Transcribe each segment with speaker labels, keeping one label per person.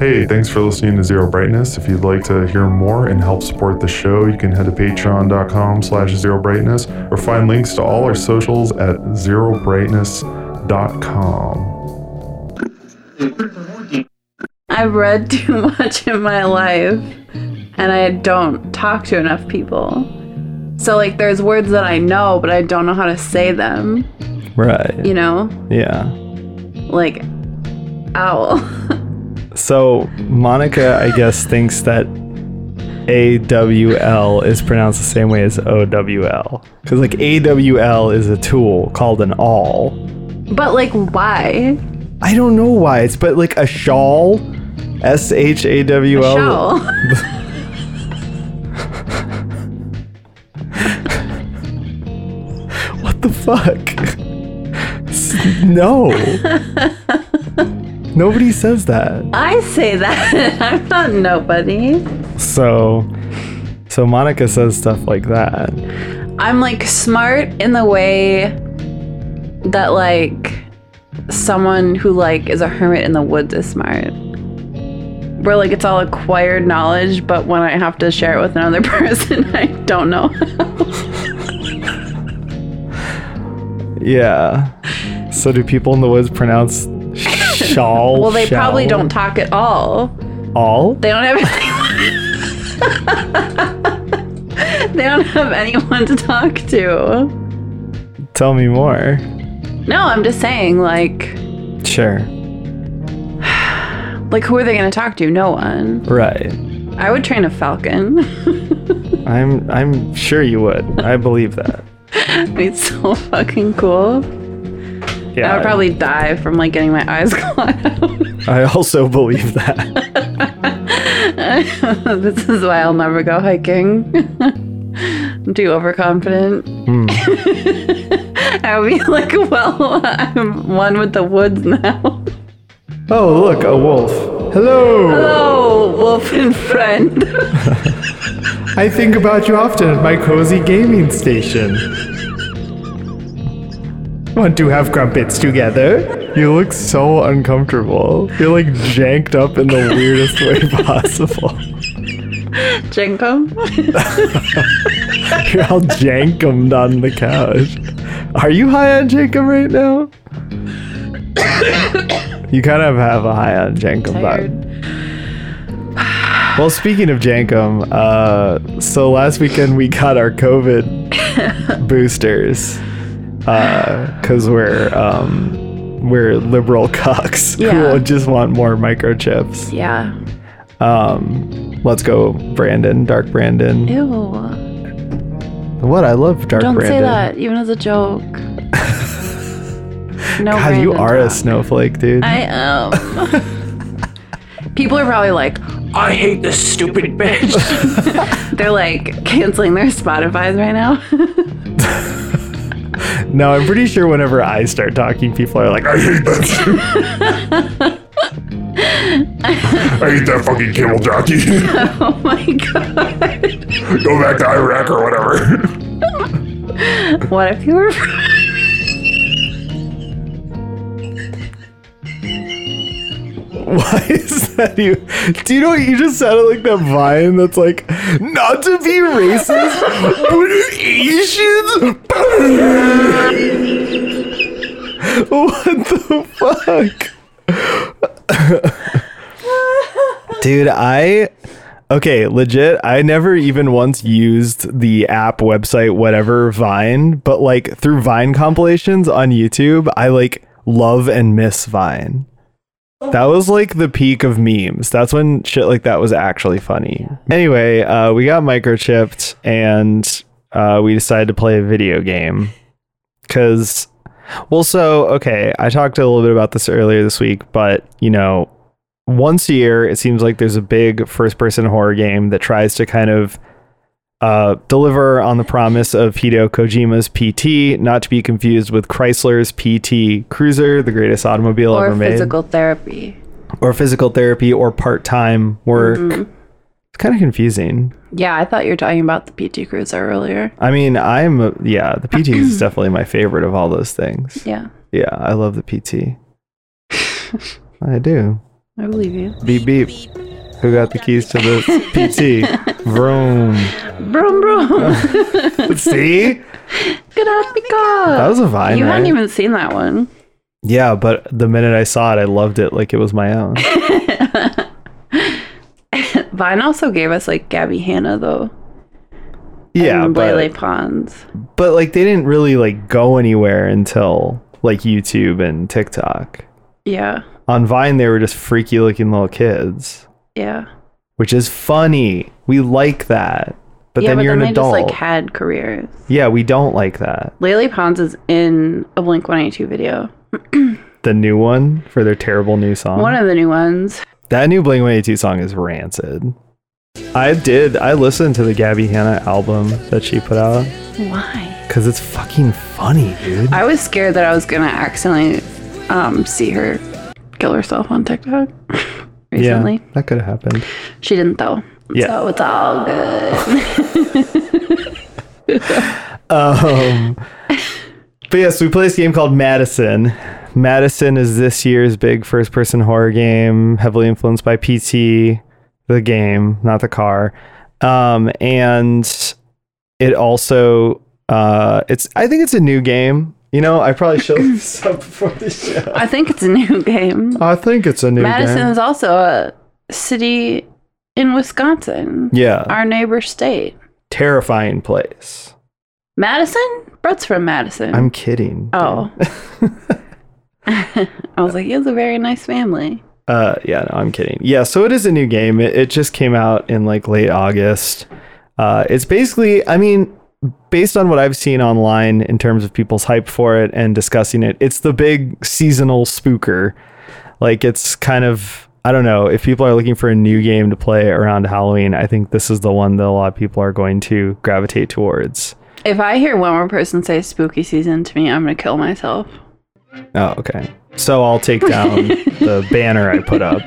Speaker 1: Hey, thanks for listening to Zero Brightness. If you'd like to hear more and help support the show, you can head to patreon.com slash zero brightness or find links to all our socials at zerobrightness.com.
Speaker 2: I've read too much in my life and I don't talk to enough people. So, like, there's words that I know, but I don't know how to say them,
Speaker 3: Right.
Speaker 2: you know?
Speaker 3: Yeah.
Speaker 2: Like, owl.
Speaker 3: So Monica, I guess, thinks that A W L is pronounced the same way as O W L. Because like A W L is a tool called an awl.
Speaker 2: but, like, why?
Speaker 3: I don't know why it's but like a shawl. S H A W
Speaker 2: Shell.
Speaker 3: L. What the fuck? S- no. Nobody says that.
Speaker 2: I say that. I'm not nobody.
Speaker 3: So so Monica says stuff like that.
Speaker 2: I'm like smart in the way that like someone who like is a hermit in the woods is smart. Where like it's all acquired knowledge, but when I have to share it with another person, I don't know.
Speaker 3: Yeah. So do people in the woods pronounce shawl?
Speaker 2: well, they probably
Speaker 3: shall,
Speaker 2: don't talk at all.
Speaker 3: All?
Speaker 2: They don't have anyone. they don't have anyone to talk to.
Speaker 3: Tell me more.
Speaker 2: No, I'm just saying like
Speaker 3: Sure.
Speaker 2: like who are they going to talk to? No one.
Speaker 3: Right.
Speaker 2: I would train a falcon.
Speaker 3: I'm I'm sure you would. I believe that.
Speaker 2: It's so fucking cool.
Speaker 3: Yeah.
Speaker 2: I would probably die from like getting my eyes clawed out.
Speaker 3: I also believe that.
Speaker 2: this is why I'll never go hiking. I'm too overconfident.
Speaker 3: Hmm.
Speaker 2: I would be like, well, I'm one with the woods now.
Speaker 3: Oh, look, a wolf. Hello.
Speaker 2: Hello, wolf and friend.
Speaker 3: I think about you often at my cozy gaming station. Want to have crumpets together? You look so uncomfortable. You're like janked up in the weirdest way possible.
Speaker 2: Jenko.
Speaker 3: You're all jankummed on the couch. Are you high on jankum right now? you kind of have a high on jankum vibe.
Speaker 2: Tired.
Speaker 3: Well, speaking of jankum, uh, so last weekend we got our COVID boosters because we're um, we're liberal cocks
Speaker 2: Yeah.
Speaker 3: who will just want more microchips.
Speaker 2: Yeah.
Speaker 3: Um, let's go, Brandon, Dark Brandon.
Speaker 2: Ew.
Speaker 3: What I love, Dark
Speaker 2: Don't
Speaker 3: Brandon.
Speaker 2: say that, even as a joke. No.
Speaker 3: God, you
Speaker 2: Brandon
Speaker 3: are a
Speaker 2: talk.
Speaker 3: snowflake, dude.
Speaker 2: I am. People are probably like,
Speaker 4: I hate this stupid bitch.
Speaker 2: they're like canceling their Spotify's right now.
Speaker 3: No, I'm pretty sure whenever I start talking, people are like,
Speaker 1: I hate that. I hate that fucking camel jockey.
Speaker 2: oh my god.
Speaker 1: go back to Iraq or whatever.
Speaker 2: What if you were
Speaker 3: "Why is that you? Do you know what you just sounded like that vine that's like, not to be racist, but Asians." what the fuck, dude? I okay, legit. I never even once used the app, website, whatever Vine, but like through Vine compilations on YouTube, I like love and miss Vine. That was like the peak of memes. That's when shit like that was actually funny. Anyway, uh, we got microchipped and uh, we decided to play a video game. Because, well, so, okay, I talked a little bit about this earlier this week, but, you know, once a year, it seems like there's a big first person horror game that tries to kind of uh, deliver on the promise of Hideo Kojima's PT, not to be confused with Chrysler's PT Cruiser, the greatest automobile
Speaker 2: or
Speaker 3: ever made
Speaker 2: physical therapy?
Speaker 3: or physical therapy or part time work.
Speaker 2: Mm-hmm.
Speaker 3: It's kind of confusing.
Speaker 2: Yeah, I thought you were talking about the PT Cruiser earlier.
Speaker 3: I mean, I'm, a- yeah, the PT is definitely my favorite of all those things.
Speaker 2: Yeah.
Speaker 3: Yeah, I love the PT. I do.
Speaker 2: I believe you.
Speaker 3: Beep beep. Who got the keys to the PT? Vroom.
Speaker 2: Brum brum.
Speaker 3: See?
Speaker 2: Good old
Speaker 3: That
Speaker 2: Pika.
Speaker 3: was a vine,
Speaker 2: You
Speaker 3: right?
Speaker 2: hadn't even seen that one.
Speaker 3: yeah, but the minute I saw it, I loved it like it was my own.
Speaker 2: Vine also gave us like Gabby Hanna though.
Speaker 3: Yeah,
Speaker 2: and
Speaker 3: but,
Speaker 2: Lele Pons.
Speaker 3: but like they didn't really like go anywhere until like YouTube and TikTok.
Speaker 2: Yeah,
Speaker 3: On Vine, they were just freaky looking little kids,
Speaker 2: yeah.
Speaker 3: which is funny. We like that. But
Speaker 2: yeah,
Speaker 3: then you're an
Speaker 2: they
Speaker 3: adult.
Speaker 2: just like had careers.
Speaker 3: yeah, we don't like that.
Speaker 2: Lele Pons is in a Blink 182 video.
Speaker 3: The new one for their terrible new song.
Speaker 2: One of the new ones.
Speaker 3: That new Blink 182 song is rancid. I did. I listened to the Gabby Hanna album that she put out
Speaker 2: Why?
Speaker 3: because it's fucking funny, dude.
Speaker 2: I was scared that I was gonna accidentally um, see her kill herself on TikTok recently.
Speaker 3: Yeah, that could have happened.
Speaker 2: She didn't though.
Speaker 3: Yeah.
Speaker 2: So it's all good.
Speaker 3: Um, but yes, we play this game called Madison. Madison is this year's big first person horror game, heavily influenced by PT, the game, not the car. Um, and it also uh it's I think it's a new game. You know, I probably should have this up before the show.
Speaker 2: I think it's a new game.
Speaker 3: I think it's a new
Speaker 2: Madison
Speaker 3: game.
Speaker 2: is also a city in Wisconsin,
Speaker 3: Yeah.
Speaker 2: our neighbor state.
Speaker 3: Terrifying place.
Speaker 2: Madison? Brett's from Madison.
Speaker 3: I'm kidding.
Speaker 2: oh. I was like, he has a very nice family.
Speaker 3: Uh, yeah, no, I'm kidding. Yeah, so it is a new game. It, it just came out in like late August. Uh, it's basically, I mean, based on what I've seen online in terms of people's hype for it and discussing it, it's the big seasonal spooker. Like, it's kind of, I don't know, if people are looking for a new game to play around Halloween, I think this is the one that a lot of people are going to gravitate towards.
Speaker 2: If I hear one more person say spooky season to me, I'm going to kill myself.
Speaker 3: Oh, okay. So I'll take down the banner I put up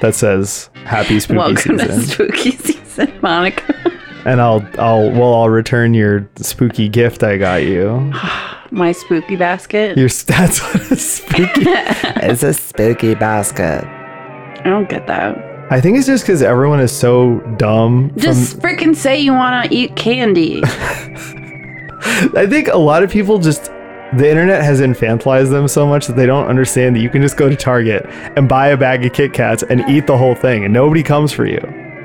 Speaker 3: that says Happy Spooky
Speaker 2: Welcome
Speaker 3: Season.
Speaker 2: to spooky season, Monica.
Speaker 3: and I'll I'll well I'll return your spooky gift I got you.
Speaker 2: My spooky basket.
Speaker 3: Your stats on a spooky.
Speaker 5: It's a spooky basket.
Speaker 2: I don't get that.
Speaker 3: I think it's just because everyone is so dumb. from-
Speaker 2: Just freaking say you want to eat candy.
Speaker 3: I think a lot of people just the internet has infantilized them so much that they don't understand that you can just go to Target and buy a bag of Kit Kats and eat the whole thing and nobody comes for you.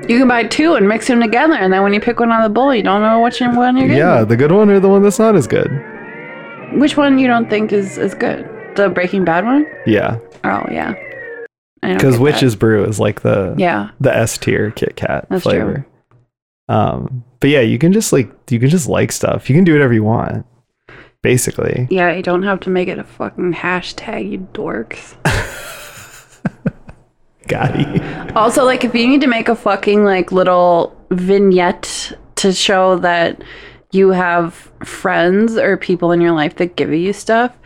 Speaker 2: you can buy two and mix them together, and then when you pick one out of the bowl, you don't know which one you're getting.
Speaker 3: Yeah, the good one or the one that's not as good.
Speaker 2: Which one you don't think is, is good? The Breaking Bad one?
Speaker 3: Yeah,
Speaker 2: Oh, yeah. I don't
Speaker 3: because
Speaker 2: get that.
Speaker 3: Witch's Brew is like the
Speaker 2: Yeah.
Speaker 3: the S tier Kit Kat
Speaker 2: That's true.
Speaker 3: flavor. Um, but yeah, you can just like you can just like stuff. You can do whatever you want, basically.
Speaker 2: Yeah, you don't have to make it a fucking hashtag, you dorks.
Speaker 3: Gotti.
Speaker 2: Also, like, if you need to make a fucking like little vignette to show that you have friends or people in your life that give you stuff,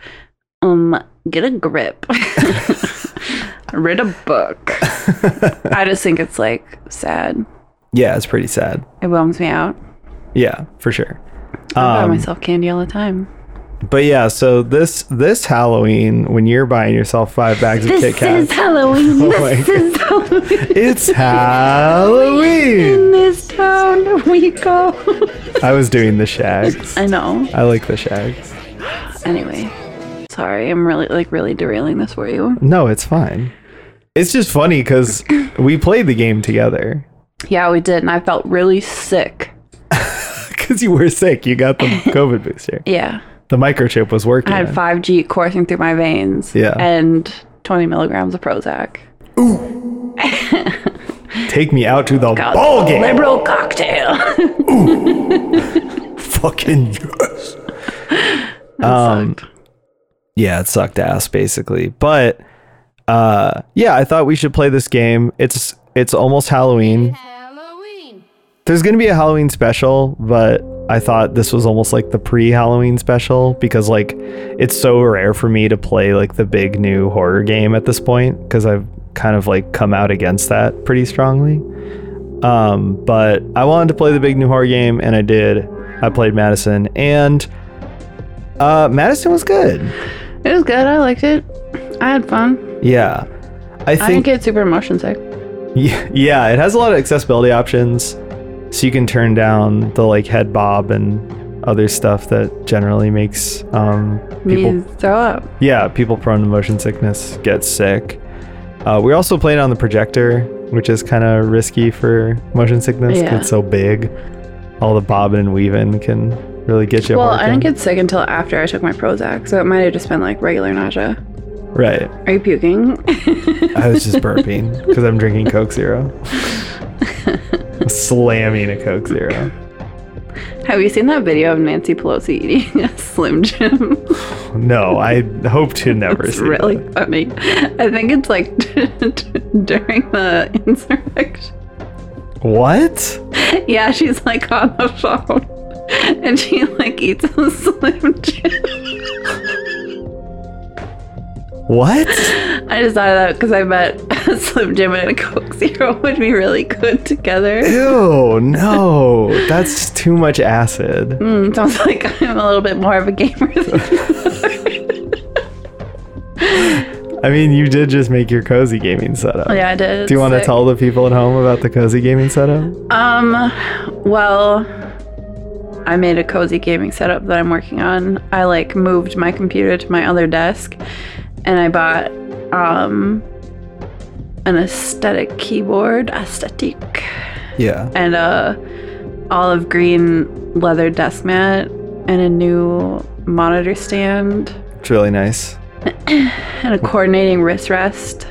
Speaker 2: um, get a grip. Read a book. I just think it's like sad.
Speaker 3: Yeah, it's pretty sad.
Speaker 2: It bums me out.
Speaker 3: Yeah, for sure.
Speaker 2: I buy
Speaker 3: Um,
Speaker 2: myself candy all the time.
Speaker 3: but yeah, so this this Halloween, when you're buying yourself five bags of Kit Kats,
Speaker 2: Halloween.
Speaker 3: Oh my This
Speaker 2: is Halloween.
Speaker 3: it's Halloween.
Speaker 2: this town we go.
Speaker 3: I was doing the shags.
Speaker 2: I know.
Speaker 3: I like the shags.
Speaker 2: Anyway, sorry, I'm really like really derailing this for you.
Speaker 3: No, it's fine. It's just funny because we played the game together.
Speaker 2: Yeah, we did, and I felt really sick.
Speaker 3: Because you were sick, you got the COVID booster.
Speaker 2: Yeah,
Speaker 3: The microchip was working.
Speaker 2: I had 5G coursing through my veins.
Speaker 3: Yeah.
Speaker 2: and 20 milligrams of Prozac.
Speaker 3: Take me out to the
Speaker 2: A
Speaker 3: ball game.
Speaker 2: Liberal cocktail.
Speaker 3: Fucking yes. Um,
Speaker 2: That sucked.
Speaker 3: Yeah, it sucked ass basically. But uh yeah, I thought we should play this game. It's it's almost Halloween.
Speaker 6: Halloween.
Speaker 3: There's going to be a Halloween special, but I thought this was almost like the pre-Halloween special because like it's so rare for me to play like the big new horror game at this point cuz I've kind of like come out against that pretty strongly. Um, but I wanted to play the big new horror game and I did. I played Madison and uh Madison was good.
Speaker 2: It was good. I liked it. I had fun.
Speaker 3: Yeah. I
Speaker 2: I
Speaker 3: think
Speaker 2: get super motion sick.
Speaker 3: Yeah, yeah, it has a lot of accessibility options. So you can turn down the like head bob and other stuff that generally makes um, people
Speaker 2: Me throw up.
Speaker 3: yeah, people prone to motion sickness get sick. Uh, we also played on the projector, which is kind of risky for motion sickness. 'cause
Speaker 2: Yeah.
Speaker 3: It's so big. All the bobbing and weaving can really get you.
Speaker 2: Well, I didn't
Speaker 3: working.
Speaker 2: get sick until after I took my Prozac, so it might have just been like regular nausea.
Speaker 3: right.
Speaker 2: Are you puking?
Speaker 3: I was just burping because I'm drinking Coke Zero, slamming a Coke Zero.
Speaker 2: have you seen that video of Nancy Pelosi eating a Slim Jim?
Speaker 3: No, I hope to never
Speaker 2: It's
Speaker 3: see.
Speaker 2: really
Speaker 3: that.
Speaker 2: funny. I think it's like during the insurrection.
Speaker 3: What?
Speaker 2: Yeah, she's like on the phone. And she like eats a slim jim.
Speaker 3: What?
Speaker 2: I just thought of that because I bet a slim jim and a coke zero would be really good together.
Speaker 3: Ew, no. That's too much acid.
Speaker 2: Mm, sounds like I'm a little bit more of a gamer than you are.
Speaker 3: I mean, you did just make your cozy gaming setup.
Speaker 2: Oh, Yeah, I did.
Speaker 3: Do you want to
Speaker 2: Sick.
Speaker 3: tell the people at home about the cozy gaming setup?
Speaker 2: Um, well, I made a cozy gaming setup that I'm working on. I like moved my computer to my other desk and I bought um an aesthetic keyboard, aesthetic,
Speaker 3: Yeah.
Speaker 2: and a olive green leather desk mat and a new monitor stand
Speaker 3: It's really nice.
Speaker 2: and a coordinating wrist rest.
Speaker 3: So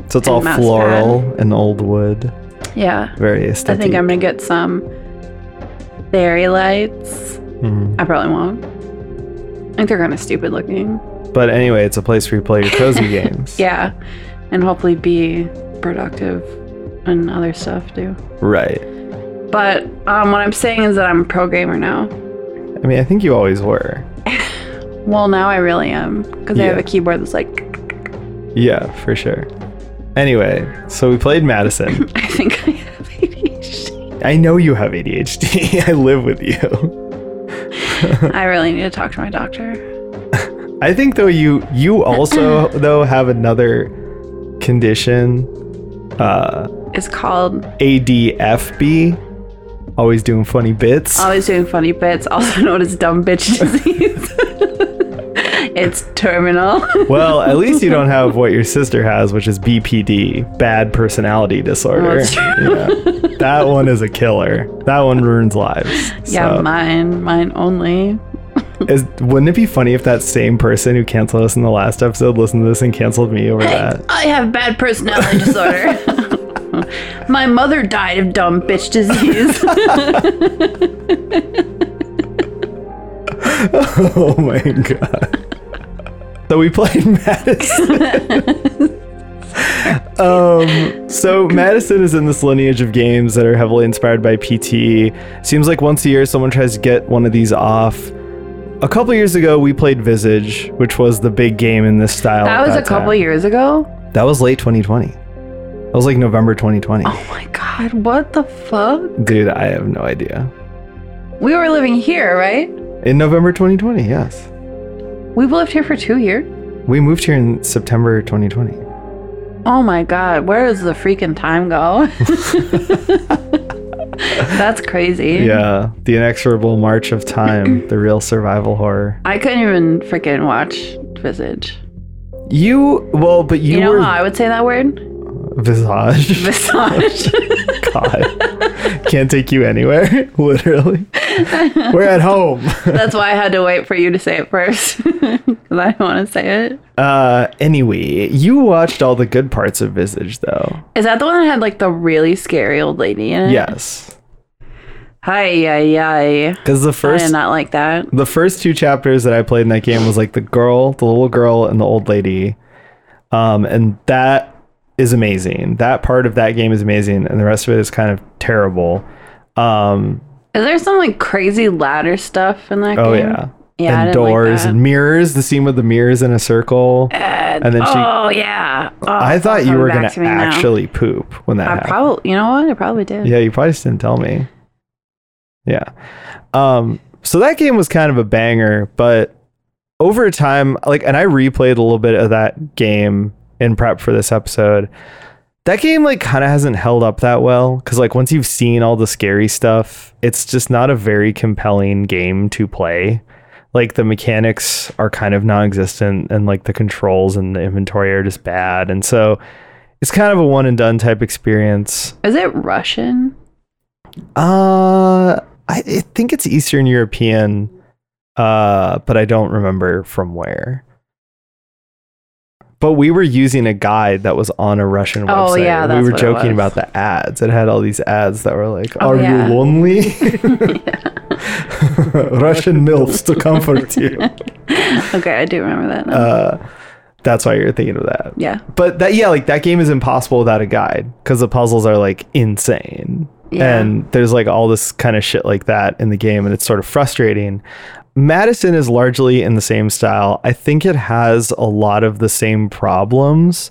Speaker 3: it's
Speaker 2: And
Speaker 3: all
Speaker 2: mouse
Speaker 3: floral and old wood.
Speaker 2: Yeah.
Speaker 3: Very
Speaker 2: I
Speaker 3: aesthetic.
Speaker 2: think I'm gonna get some fairy lights.
Speaker 3: Mm-hmm.
Speaker 2: I probably won't. I think they're kind of stupid looking.
Speaker 3: But anyway, it's a place where you play your cozy games.
Speaker 2: Yeah, and hopefully be productive and other stuff too.
Speaker 3: Right.
Speaker 2: But um, what I'm saying is that I'm a programmer now.
Speaker 3: I mean, I think you always were.
Speaker 2: Well, now I really am because I have
Speaker 3: Yeah.
Speaker 2: a keyboard that's like
Speaker 3: Yeah, for sure. Anyway, so we played Madison.
Speaker 2: I think I have ADHD.
Speaker 3: I know you have ADHD. I live with you.
Speaker 2: I really need to talk to my doctor.
Speaker 3: I think though you you also though have another condition, uh,
Speaker 2: It's called
Speaker 3: ADFB, always doing funny bits.
Speaker 2: Always doing funny bits, also known as dumb bitch disease. it's terminal.
Speaker 3: well, at least you don't have what your sister has, which is BPD, bad personality disorder.
Speaker 2: that's
Speaker 3: Yeah. That one is a killer. That one ruins lives.
Speaker 2: Yeah,
Speaker 3: So,
Speaker 2: mine, mine only.
Speaker 3: is, wouldn't it be funny if that same person who canceled us in the last episode listened to this and canceled me over that?
Speaker 2: I have bad personality disorder. My mother died of dumb bitch disease.
Speaker 3: Oh my god. So we played Madison. um, so Madison is in this lineage of games that are heavily inspired by PT. Seems like once a year someone tries to get one of these off. A couple years ago, we played Visage, which was the big game in this style.
Speaker 2: that
Speaker 3: at
Speaker 2: was a couple
Speaker 3: time.
Speaker 2: years ago.
Speaker 3: That was late 2020. That was like November 2020.
Speaker 2: Oh my god, what the fuck?
Speaker 3: Dude, I have no idea.
Speaker 2: We were living here, right?
Speaker 3: In November 2020, yes.
Speaker 2: We've lived here for two years.
Speaker 3: We moved here in September 2020.
Speaker 2: Oh my god, where does the freaking time go? That's crazy.
Speaker 3: Yeah, the inexorable march of time, the real survival horror.
Speaker 2: I couldn't even freaking watch Visage.
Speaker 3: You well, but you,
Speaker 2: You, know
Speaker 3: were
Speaker 2: how I would say that word?
Speaker 3: visage.
Speaker 2: Visage.
Speaker 3: God, can't take you anywhere. Literally, we're at home.
Speaker 2: That's why I had to wait for you to say it first. Because I don't want to say it.
Speaker 3: Uh, anyway, you watched all the good parts of Visage, though.
Speaker 2: Is that the one that had like the really scary old lady in it?
Speaker 3: Yes,
Speaker 2: Hi, yeah, yeah.
Speaker 3: because the
Speaker 2: I
Speaker 3: first
Speaker 2: did not like that.
Speaker 3: the first two chapters that I played in that game was like the girl, the little girl, and the old lady. Um, and that is amazing. That part of that game is amazing, and the rest of it is kind of terrible. Um,
Speaker 2: Is there some like crazy ladder stuff in that
Speaker 3: oh
Speaker 2: game?
Speaker 3: yeah,
Speaker 2: Yeah, I
Speaker 3: and
Speaker 2: didn't like
Speaker 3: doors
Speaker 2: that.
Speaker 3: and mirrors. The scene with the mirrors in a circle, and then she.
Speaker 2: Oh yeah. Oh,
Speaker 3: I
Speaker 2: it's all
Speaker 3: thought you
Speaker 2: coming
Speaker 3: were
Speaker 2: back
Speaker 3: gonna
Speaker 2: to me now.
Speaker 3: actually poop when that
Speaker 2: I
Speaker 3: happened.
Speaker 2: probably. You know what? I probably did.
Speaker 3: Yeah, you probably just didn't tell me. Yeah. Um, so that game was kind of a banger, but over time, like, and I replayed a little bit of that game in prep for this episode. That game like kind of hasn't held up that well cuz like once you've seen all the scary stuff, it's just not a very compelling game to play. Like the mechanics are kind of non-existent and like the controls and the inventory are just bad. And so it's kind of a one and done type experience.
Speaker 2: Is it Russian?
Speaker 3: Uh, I, I think it's Eastern European, uh, but I don't remember from where. But we were using a guide that was on a Russian website.
Speaker 2: Oh, yeah,
Speaker 3: and
Speaker 2: that's
Speaker 3: we were
Speaker 2: what it was.
Speaker 3: joking about the ads. It had all these ads that were like,
Speaker 2: Oh,
Speaker 3: "Are
Speaker 2: yeah.
Speaker 3: you lonely? Russian milfs to comfort you."
Speaker 2: Okay, I do remember that. Now.
Speaker 3: Uh, that's why you're thinking of that.
Speaker 2: yeah.
Speaker 3: But that, yeah, like that game is impossible without a guide because the puzzles are like insane
Speaker 2: Yeah.
Speaker 3: and there's like all this kind of shit like that in the game and it's sort of frustrating madison is largely in the same style i think it has a lot of the same problems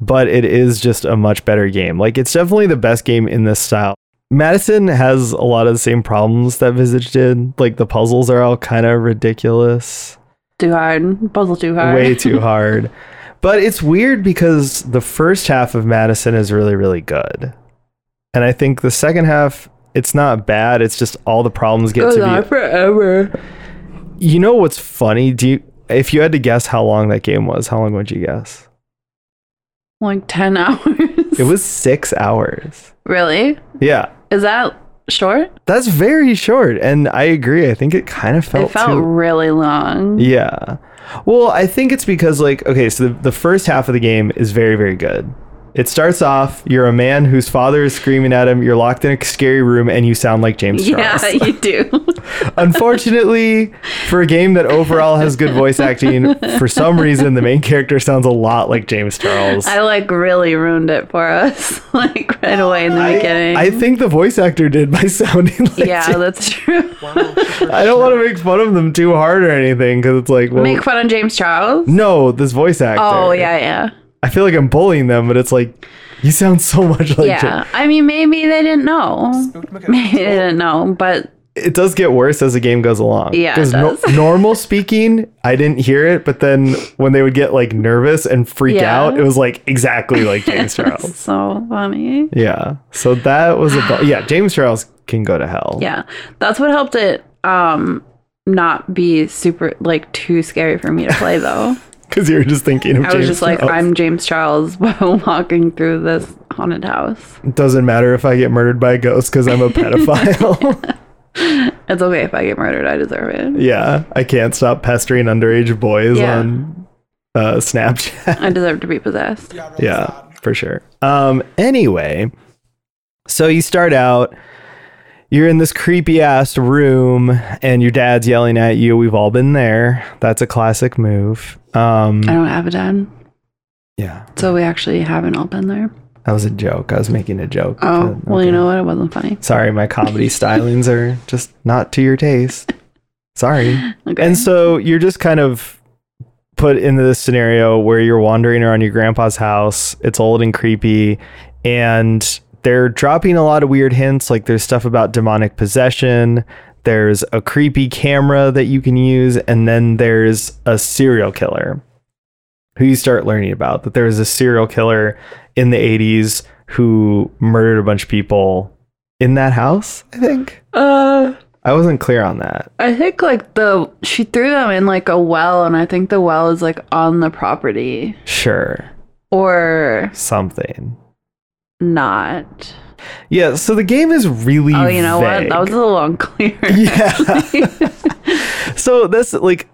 Speaker 3: but it is just a much better game like it's definitely the best game in this style madison has a lot of the same problems that visage did like the puzzles are all kind of ridiculous
Speaker 2: too hard. Puzzle too hard.
Speaker 3: way too hard. But it's weird because the first half of Madison is really, really good. And I think the second half, it's not bad. It's just all the problems get
Speaker 2: Goes
Speaker 3: to
Speaker 2: on
Speaker 3: be.
Speaker 2: forever.
Speaker 3: You know what's funny? Do you, if you had to guess how long that game was, how long would you guess?
Speaker 2: Like ten hours.
Speaker 3: It was six hours.
Speaker 2: really?
Speaker 3: Yeah.
Speaker 2: Is that short?
Speaker 3: That's very short. And I agree. I think it kind of felt,
Speaker 2: it felt
Speaker 3: too-
Speaker 2: really long.
Speaker 3: Yeah. Well, I think it's because like okay, so the, the first half of the game is very very good. It starts off you're a man whose father is screaming at him, you're locked in a scary room and you sound like James
Speaker 2: Yeah,
Speaker 3: Charles.
Speaker 2: you do.
Speaker 3: Unfortunately, for a game that overall has good voice acting, for some reason the main character sounds a lot like James Charles.
Speaker 2: I like really ruined it for us, like right away in the beginning.
Speaker 3: I think the voice actor did by sounding like
Speaker 2: yeah,
Speaker 3: James-
Speaker 2: that's true.
Speaker 3: I don't want to make fun of them too hard or anything cuz it's like well
Speaker 2: Make fun of James Charles.
Speaker 3: no, this voice actor.
Speaker 2: Oh yeah, yeah,
Speaker 3: I feel like I'm bullying them, but it's like you sound so much like
Speaker 2: yeah. I mean, maybe they didn't know. Maybe they didn't know, but
Speaker 3: it does get worse as the game goes along.
Speaker 2: Yeah, it does.
Speaker 3: normal speaking, I didn't hear it, but then when they would get like nervous and freak
Speaker 2: Yeah.
Speaker 3: out, it was like exactly like James Charles.
Speaker 2: so funny.
Speaker 3: Yeah, so that was a bu- yeah. James Charles can go to hell.
Speaker 2: Yeah, that's what helped it um not be super like too scary for me to play though.
Speaker 3: because you're just thinking
Speaker 2: I
Speaker 3: of James. oh.
Speaker 2: was just like,
Speaker 3: Charles.
Speaker 2: I'm James Charles while walking through this haunted house.
Speaker 3: Doesn't matter if I get murdered by a ghost because I'm a pedophile.
Speaker 2: It's okay if I get murdered, I deserve it.
Speaker 3: yeah, I can't stop pestering underage boys
Speaker 2: Yeah.
Speaker 3: on uh, Snapchat.
Speaker 2: I deserve to be possessed.
Speaker 3: yeah for sure um anyway so you start out you're in this creepy ass room and your dad's yelling at you we've all been there that's a classic move um
Speaker 2: I don't have a dad,
Speaker 3: yeah
Speaker 2: so we actually haven't all been there.
Speaker 3: that was a joke i was making a joke
Speaker 2: Oh,
Speaker 3: but-
Speaker 2: well,
Speaker 3: okay.
Speaker 2: you know what? It wasn't funny.
Speaker 3: sorry my comedy stylings are just not to your taste sorry
Speaker 2: Okay.
Speaker 3: And so you're just kind of put into this scenario where you're wandering around your grandpa's house. It's old and creepy. And they're dropping a lot of weird hints. Like there's stuff about demonic possession. There's a creepy camera that you can use. And then there's a serial killer who you start learning about that there was a serial killer in the 80s who murdered a bunch of people in that house, I think.
Speaker 2: uh,
Speaker 3: I wasn't clear on that.
Speaker 2: I think like the she threw them in like a well, and I think the well is like on the property
Speaker 3: Sure.
Speaker 2: or
Speaker 3: Something.
Speaker 2: not.
Speaker 3: Yeah, so the game is really.
Speaker 2: Oh, you know what?
Speaker 3: vague.
Speaker 2: That was a little unclear.
Speaker 3: Yeah. so that's like,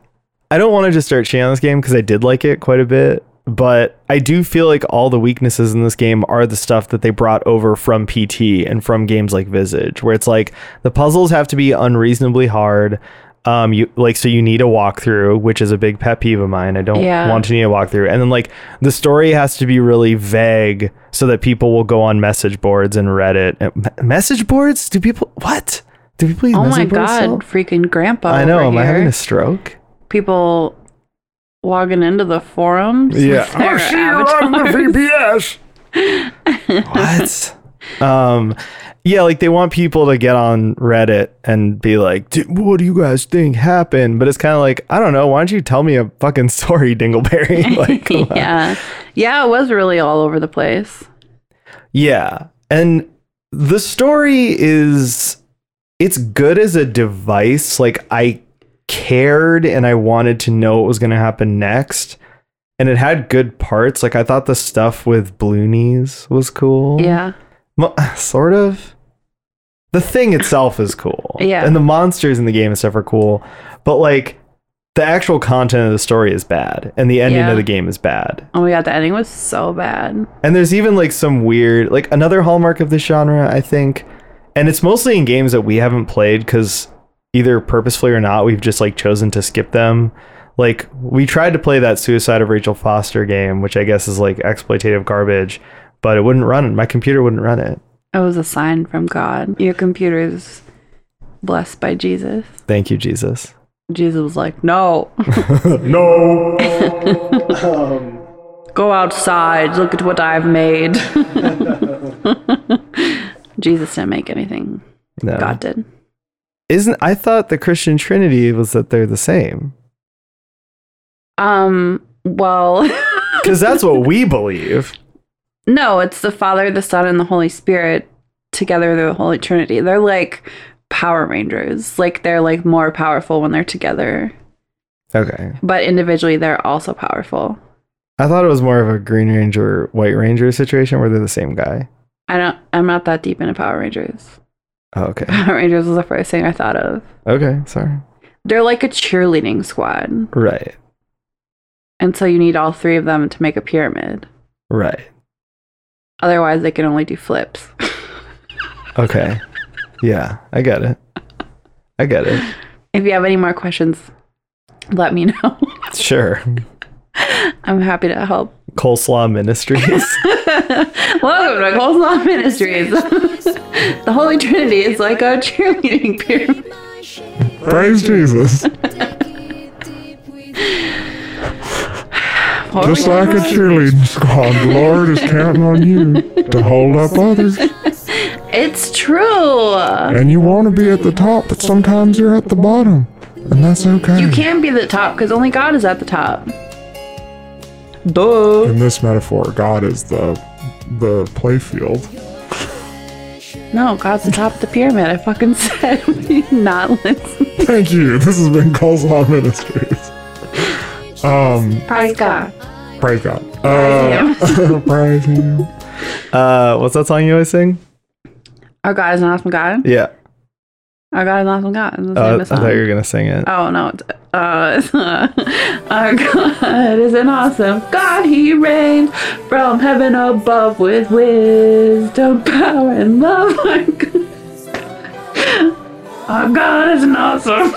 Speaker 3: I don't want to just start shitting on this game because I did like it quite a bit, but I do feel like all the weaknesses in this game are the stuff that they brought over from PT and from games like Visage, where it's like the puzzles have to be unreasonably hard. Um, you like so you need a walkthrough, which is a big pet peeve of mine. I don't
Speaker 2: Yeah.
Speaker 3: want to need a walkthrough, and then like the story has to be really vague so that people will go on message boards and Reddit. Uh, me- message boards? Do people what? Do people? Use
Speaker 2: oh my
Speaker 3: message boards
Speaker 2: god,
Speaker 3: still?
Speaker 2: freaking grandpa!
Speaker 3: I know.
Speaker 2: Over
Speaker 3: Am
Speaker 2: here.
Speaker 3: I having a stroke?
Speaker 2: people logging into the
Speaker 3: Oh,
Speaker 2: forums?
Speaker 3: Yeah.
Speaker 2: Oh,
Speaker 4: VPS.
Speaker 3: What? um yeah like they want people to get on reddit and be like "Dude, what do you guys think happened but it's kind of like i don't know why don't you tell me a fucking story dingleberry like come on.
Speaker 2: yeah. Yeah, it was really all over the place.
Speaker 3: yeah and the story is it's good as a device like i cared and i wanted to know what was going to happen next and it had good parts like i thought the stuff with bloonies was cool
Speaker 2: Yeah.
Speaker 3: Mo- sort of. The thing itself is cool.
Speaker 2: Yeah.
Speaker 3: And the monsters in the game and stuff are cool. But like the actual content of the story is bad. And the ending
Speaker 2: Yeah.
Speaker 3: of the game is bad.
Speaker 2: Oh my god, the ending was so bad.
Speaker 3: And there's even like some weird like another hallmark of this genre, I think. And it's mostly in games that we haven't played because either purposefully or not, we've just like chosen to skip them. Like we tried to play that Suicide of Rachel Foster game, which I guess is like exploitative garbage, but it wouldn't run it. My computer wouldn't run it.
Speaker 2: It was a sign from God. Your computer's blessed by Jesus.
Speaker 3: Thank you, Jesus.
Speaker 2: Jesus was like, No,
Speaker 1: No.
Speaker 2: go outside. Look at what I've made. Jesus didn't make anything.
Speaker 3: No.
Speaker 2: God did.
Speaker 3: Isn't I thought the Christian Trinity was that they're the same.
Speaker 2: Um, well,
Speaker 3: Because that's what we believe.
Speaker 2: no, it's the Father, the Son, and the Holy Spirit together, they're the Holy Trinity. They're like Power Rangers. Like they're like more powerful when they're together.
Speaker 3: Okay.
Speaker 2: But individually they're also powerful.
Speaker 3: I thought it was more of a Green Ranger, White Ranger situation where they're the same guy.
Speaker 2: I don't I'm not that deep into Power Rangers.
Speaker 3: Oh, okay.
Speaker 2: Power Rangers was the first thing I thought of.
Speaker 3: Okay. Sorry.
Speaker 2: They're like a cheerleading squad.
Speaker 3: Right.
Speaker 2: And so you need all three of them to make a pyramid.
Speaker 3: Right.
Speaker 2: Otherwise they can only do flips.
Speaker 3: Okay. Yeah. I get it. I get it.
Speaker 2: if you have any more questions, let me know.
Speaker 3: Sure.
Speaker 2: I'm happy to help.
Speaker 3: Coleslaw Ministries.
Speaker 2: Welcome to Cole's Law Ministries. the Holy Trinity is like a cheerleading pyramid.
Speaker 1: Praise Jesus.
Speaker 2: What
Speaker 1: Just
Speaker 2: were we
Speaker 1: like a cheerleading squad, the Lord is counting on you to hold up others.
Speaker 2: talking- it's true.
Speaker 1: And you want to be at the top, but sometimes you're at the bottom. And that's okay.
Speaker 2: You can be the top because only God is at the top. Duh.
Speaker 1: In this metaphor, God is the the playfield.
Speaker 2: No, God's the top of the pyramid. I fucking said. Will you not listen.
Speaker 1: Thank you. This has been Cole's Law Ministries. Um,
Speaker 2: Praise God.
Speaker 1: praise God. Uh, praise Him.
Speaker 3: uh, what's that song you always sing?
Speaker 2: Our God is an awesome God.
Speaker 3: Yeah.
Speaker 2: Our God is an awesome God. It's the
Speaker 3: Uh,
Speaker 2: name
Speaker 3: I
Speaker 2: of the
Speaker 3: thought
Speaker 2: song.
Speaker 3: you were gonna sing it.
Speaker 2: Oh no! it's, Uh, it's, uh, our God is an awesome God. He reigns from heaven above with wisdom, power, and love. Our God, our God is an awesome.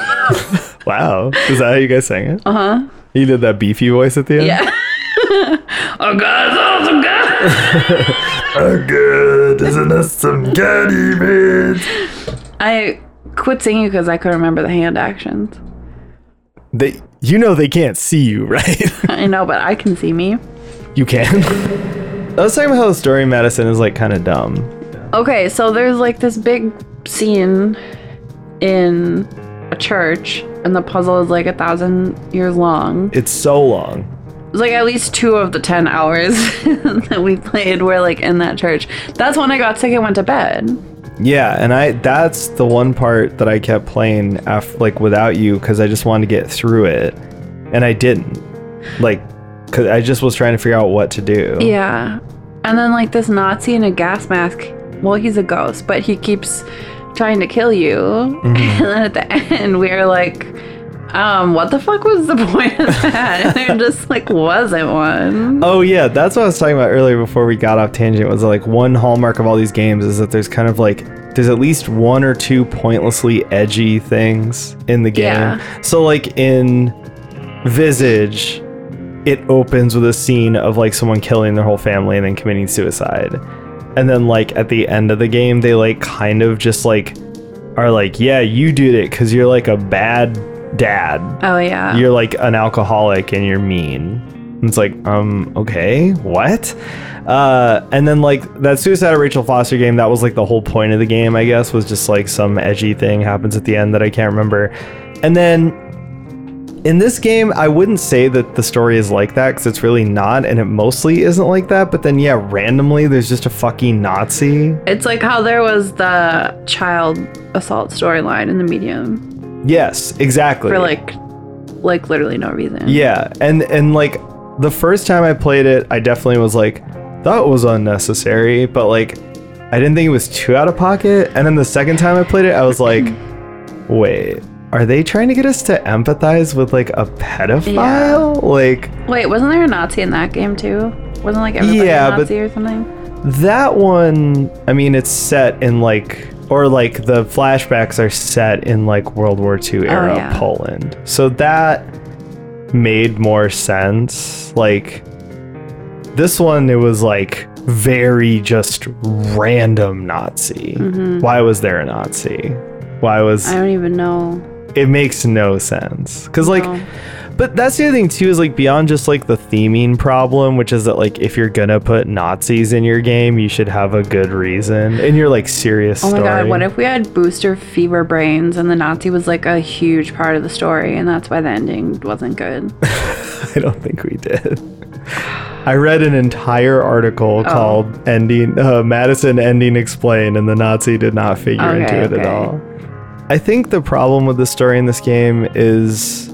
Speaker 3: Wow. Is that how you guys sang it?
Speaker 2: Uh huh.
Speaker 3: You did that beefy voice at the end.
Speaker 2: Yeah. our God is an awesome God.
Speaker 3: Good. Isn't this some candy bits?
Speaker 2: I quit singing because I couldn't remember the hand actions.
Speaker 3: They, you know, they can't see you, right?
Speaker 2: I know, but I can see me.
Speaker 3: you can. I was talking about how the story in Madison is like kind of dumb.
Speaker 2: Okay, so there's like this big scene in a church, and the puzzle is like a thousand years long.
Speaker 3: It's so long.
Speaker 2: It's like at least two of the ten hours that we played were like in that church. That's when I got sick and went to bed.
Speaker 3: Yeah, and I that's the one part that I kept playing after, like without you because I just wanted to get through it, and I didn't. Like, cause I just was trying to figure out what to do.
Speaker 2: Yeah. And then like this Nazi in a gas mask. Well, he's a ghost, but he keeps trying to kill you. And then at the end, we were like, um, what the fuck was the point of that? And there just like wasn't one.
Speaker 3: Oh yeah, that's what I was talking about earlier before we got off tangent was like one hallmark of all these games is that there's kind of like there's at least one or two pointlessly edgy things in the game.
Speaker 2: Yeah.
Speaker 3: So like in Visage, it opens with a scene of like someone killing their whole family and then committing suicide. And then like at the end of the game, they like kind of just like are like, "Yeah, you did it cuz you're like a bad dad."
Speaker 2: Oh yeah.
Speaker 3: You're like an alcoholic and you're mean. And it's like, um, okay, what? Uh, and then like that Suicide of Rachel Foster game, that was like the whole point of the game, I guess, was just like some edgy thing happens at the end that I can't remember. And then in this game, I wouldn't say that the story is like that because it's really not, and it mostly isn't like that. But then, yeah, randomly, there's just a fucking Nazi.
Speaker 2: It's like how there was the child assault storyline in the medium
Speaker 3: Yes, exactly.
Speaker 2: for like, like literally no reason.
Speaker 3: yeah, and and like the first time I played it, I definitely was like, that was unnecessary, but like, I didn't think it was too out of pocket. And then the second time I played it, I was like, wait, are they trying to get us to empathize with like a pedophile? Like.
Speaker 2: Wait, wasn't there a Nazi in that game too? Wasn't like everybody
Speaker 3: Yeah,
Speaker 2: a
Speaker 3: but-
Speaker 2: Nazi or something?
Speaker 3: That one, I mean, it's set in like, or like the flashbacks are set in like World War II era
Speaker 2: Oh, yeah.
Speaker 3: Poland. So that made more sense. Like, this one, it was like very just random Nazi. Why was there a Nazi? Why was
Speaker 2: Mm-hmm. I don't even know.
Speaker 3: it makes no sense because like
Speaker 2: No.
Speaker 3: but that's the other thing too is like beyond just like the theming problem which is that like if you're gonna put nazis in your game you should have a good reason and you're like serious
Speaker 2: Oh my
Speaker 3: story.
Speaker 2: god, what if we had booster fever brains and the Nazi was like a huge part of the story and that's why the ending wasn't good?
Speaker 3: i don't think we did i read an entire article
Speaker 2: Oh.
Speaker 3: called ending uh, madison ending explained and the nazi did not figure
Speaker 2: Okay,
Speaker 3: into it at
Speaker 2: okay.
Speaker 3: all i think the problem with the story in this game is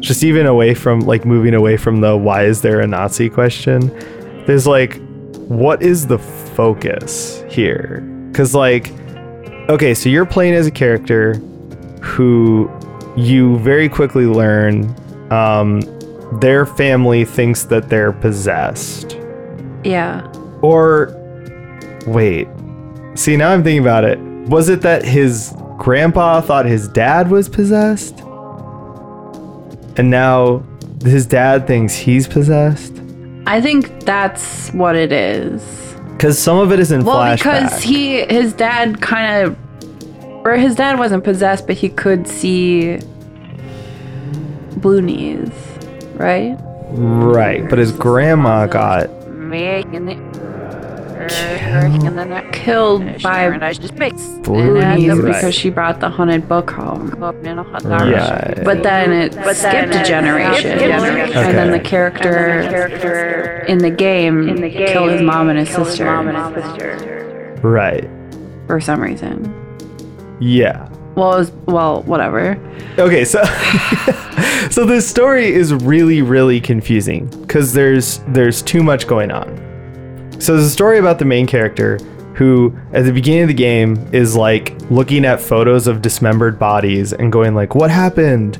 Speaker 3: just even away from like moving away from the why is there a Nazi question, there's like, what is the focus here? Because, like, okay, so you're playing as a character who you very quickly learn um, their family thinks that they're possessed.
Speaker 2: Yeah.
Speaker 3: Or wait. See, now I'm thinking about it. Was it that his grandpa thought his dad was possessed? And now his dad thinks he's possessed?
Speaker 2: I think that's what it is.
Speaker 3: Cuz some of it is in
Speaker 2: Well,
Speaker 3: flashback.
Speaker 2: because he his dad kind of or his dad wasn't possessed, but he could see blue knees, right?
Speaker 3: right, but his grandma got
Speaker 2: Killed by
Speaker 3: blue.
Speaker 2: blue knees
Speaker 3: Right.
Speaker 2: because she brought the haunted book home.
Speaker 3: Yeah.
Speaker 2: But then it skipped a generation, and then the character in the game killed his mom and his sister
Speaker 3: right.
Speaker 2: for some reason.
Speaker 3: Yeah.
Speaker 2: Well, it was, well, whatever.
Speaker 3: Okay, so so this story is really really confusing because there's there's too much going on. So there's a story about the main character who at the beginning of the game is like looking at photos of dismembered bodies and going like, "What happened?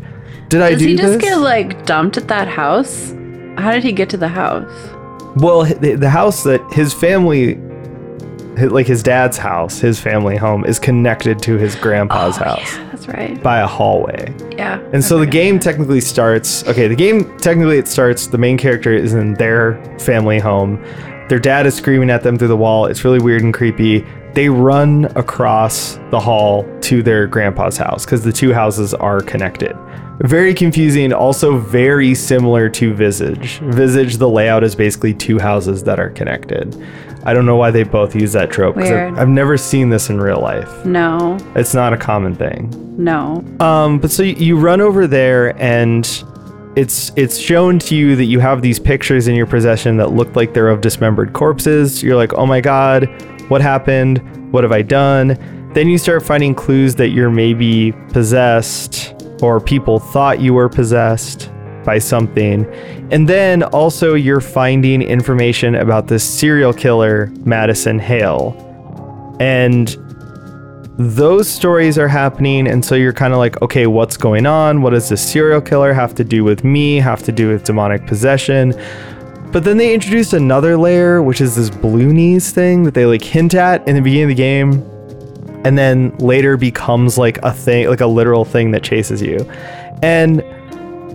Speaker 3: Did I
Speaker 2: Does
Speaker 3: do
Speaker 2: he just
Speaker 3: this?"
Speaker 2: get like dumped at that house? How did he get to the house?
Speaker 3: well, h- the, the house that his family hi- like his dad's house, his family home is connected to his grandpa's
Speaker 2: Oh,
Speaker 3: house
Speaker 2: That's right.
Speaker 3: by a hallway.
Speaker 2: Yeah.
Speaker 3: And so the game technically starts. Okay, the game technically it starts. The main character is in their family home. Their dad is screaming at them through the wall. It's really weird and creepy. They run across the hall to their grandpa's house because the two houses are connected. Very confusing, also very similar to Visage. Visage, the layout is basically two houses that are connected. I don't know why they both use that trope because
Speaker 2: Weird.
Speaker 3: I've, I've never seen this in real life.
Speaker 2: No,
Speaker 3: It's not a common thing.
Speaker 2: no.
Speaker 3: Um, but so you- you run over there and it's it's shown to you that you have these pictures in your possession that look like they're of dismembered corpses. You're like, "Oh my god, what happened? What have I done?" Then you start finding clues that you're maybe possessed or people thought you were possessed by something. And then also you're finding information about this serial killer, Madison Hale. And those stories are happening and so you're kind of like okay what's going on what does this serial killer have to do with me have to do with demonic possession but then they introduced another layer which is this blue knees thing that they like hint at in the beginning of the game and then later becomes like a thing like a literal thing that chases you and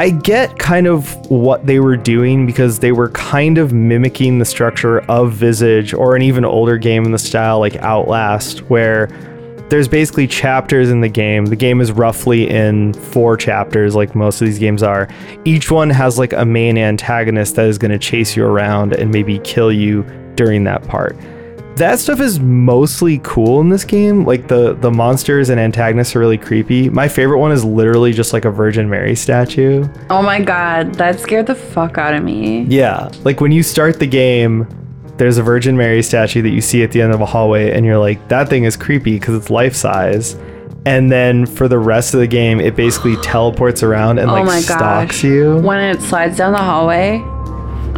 Speaker 3: I get kind of what they were doing because they were kind of mimicking the structure of Visage or an even older game in the style like Outlast, where there's basically chapters in the game. The game is roughly in four chapters, like most of these games are. Each one has like a main antagonist that is going to chase you around and maybe kill you during that part. That stuff is mostly cool in this game. Like the the monsters and antagonists are really creepy. My favorite one is literally just like a Virgin Mary statue.
Speaker 2: Oh my god, that scared the fuck out of me.
Speaker 3: Yeah. Like when you start the game, there's a Virgin Mary statue that you see at the end of a hallway, and you're like, that thing is creepy because it's life size. And then for the rest of the game, it basically teleports around and
Speaker 2: oh
Speaker 3: like
Speaker 2: my god.
Speaker 3: stalks you.
Speaker 2: When it slides down the hallway.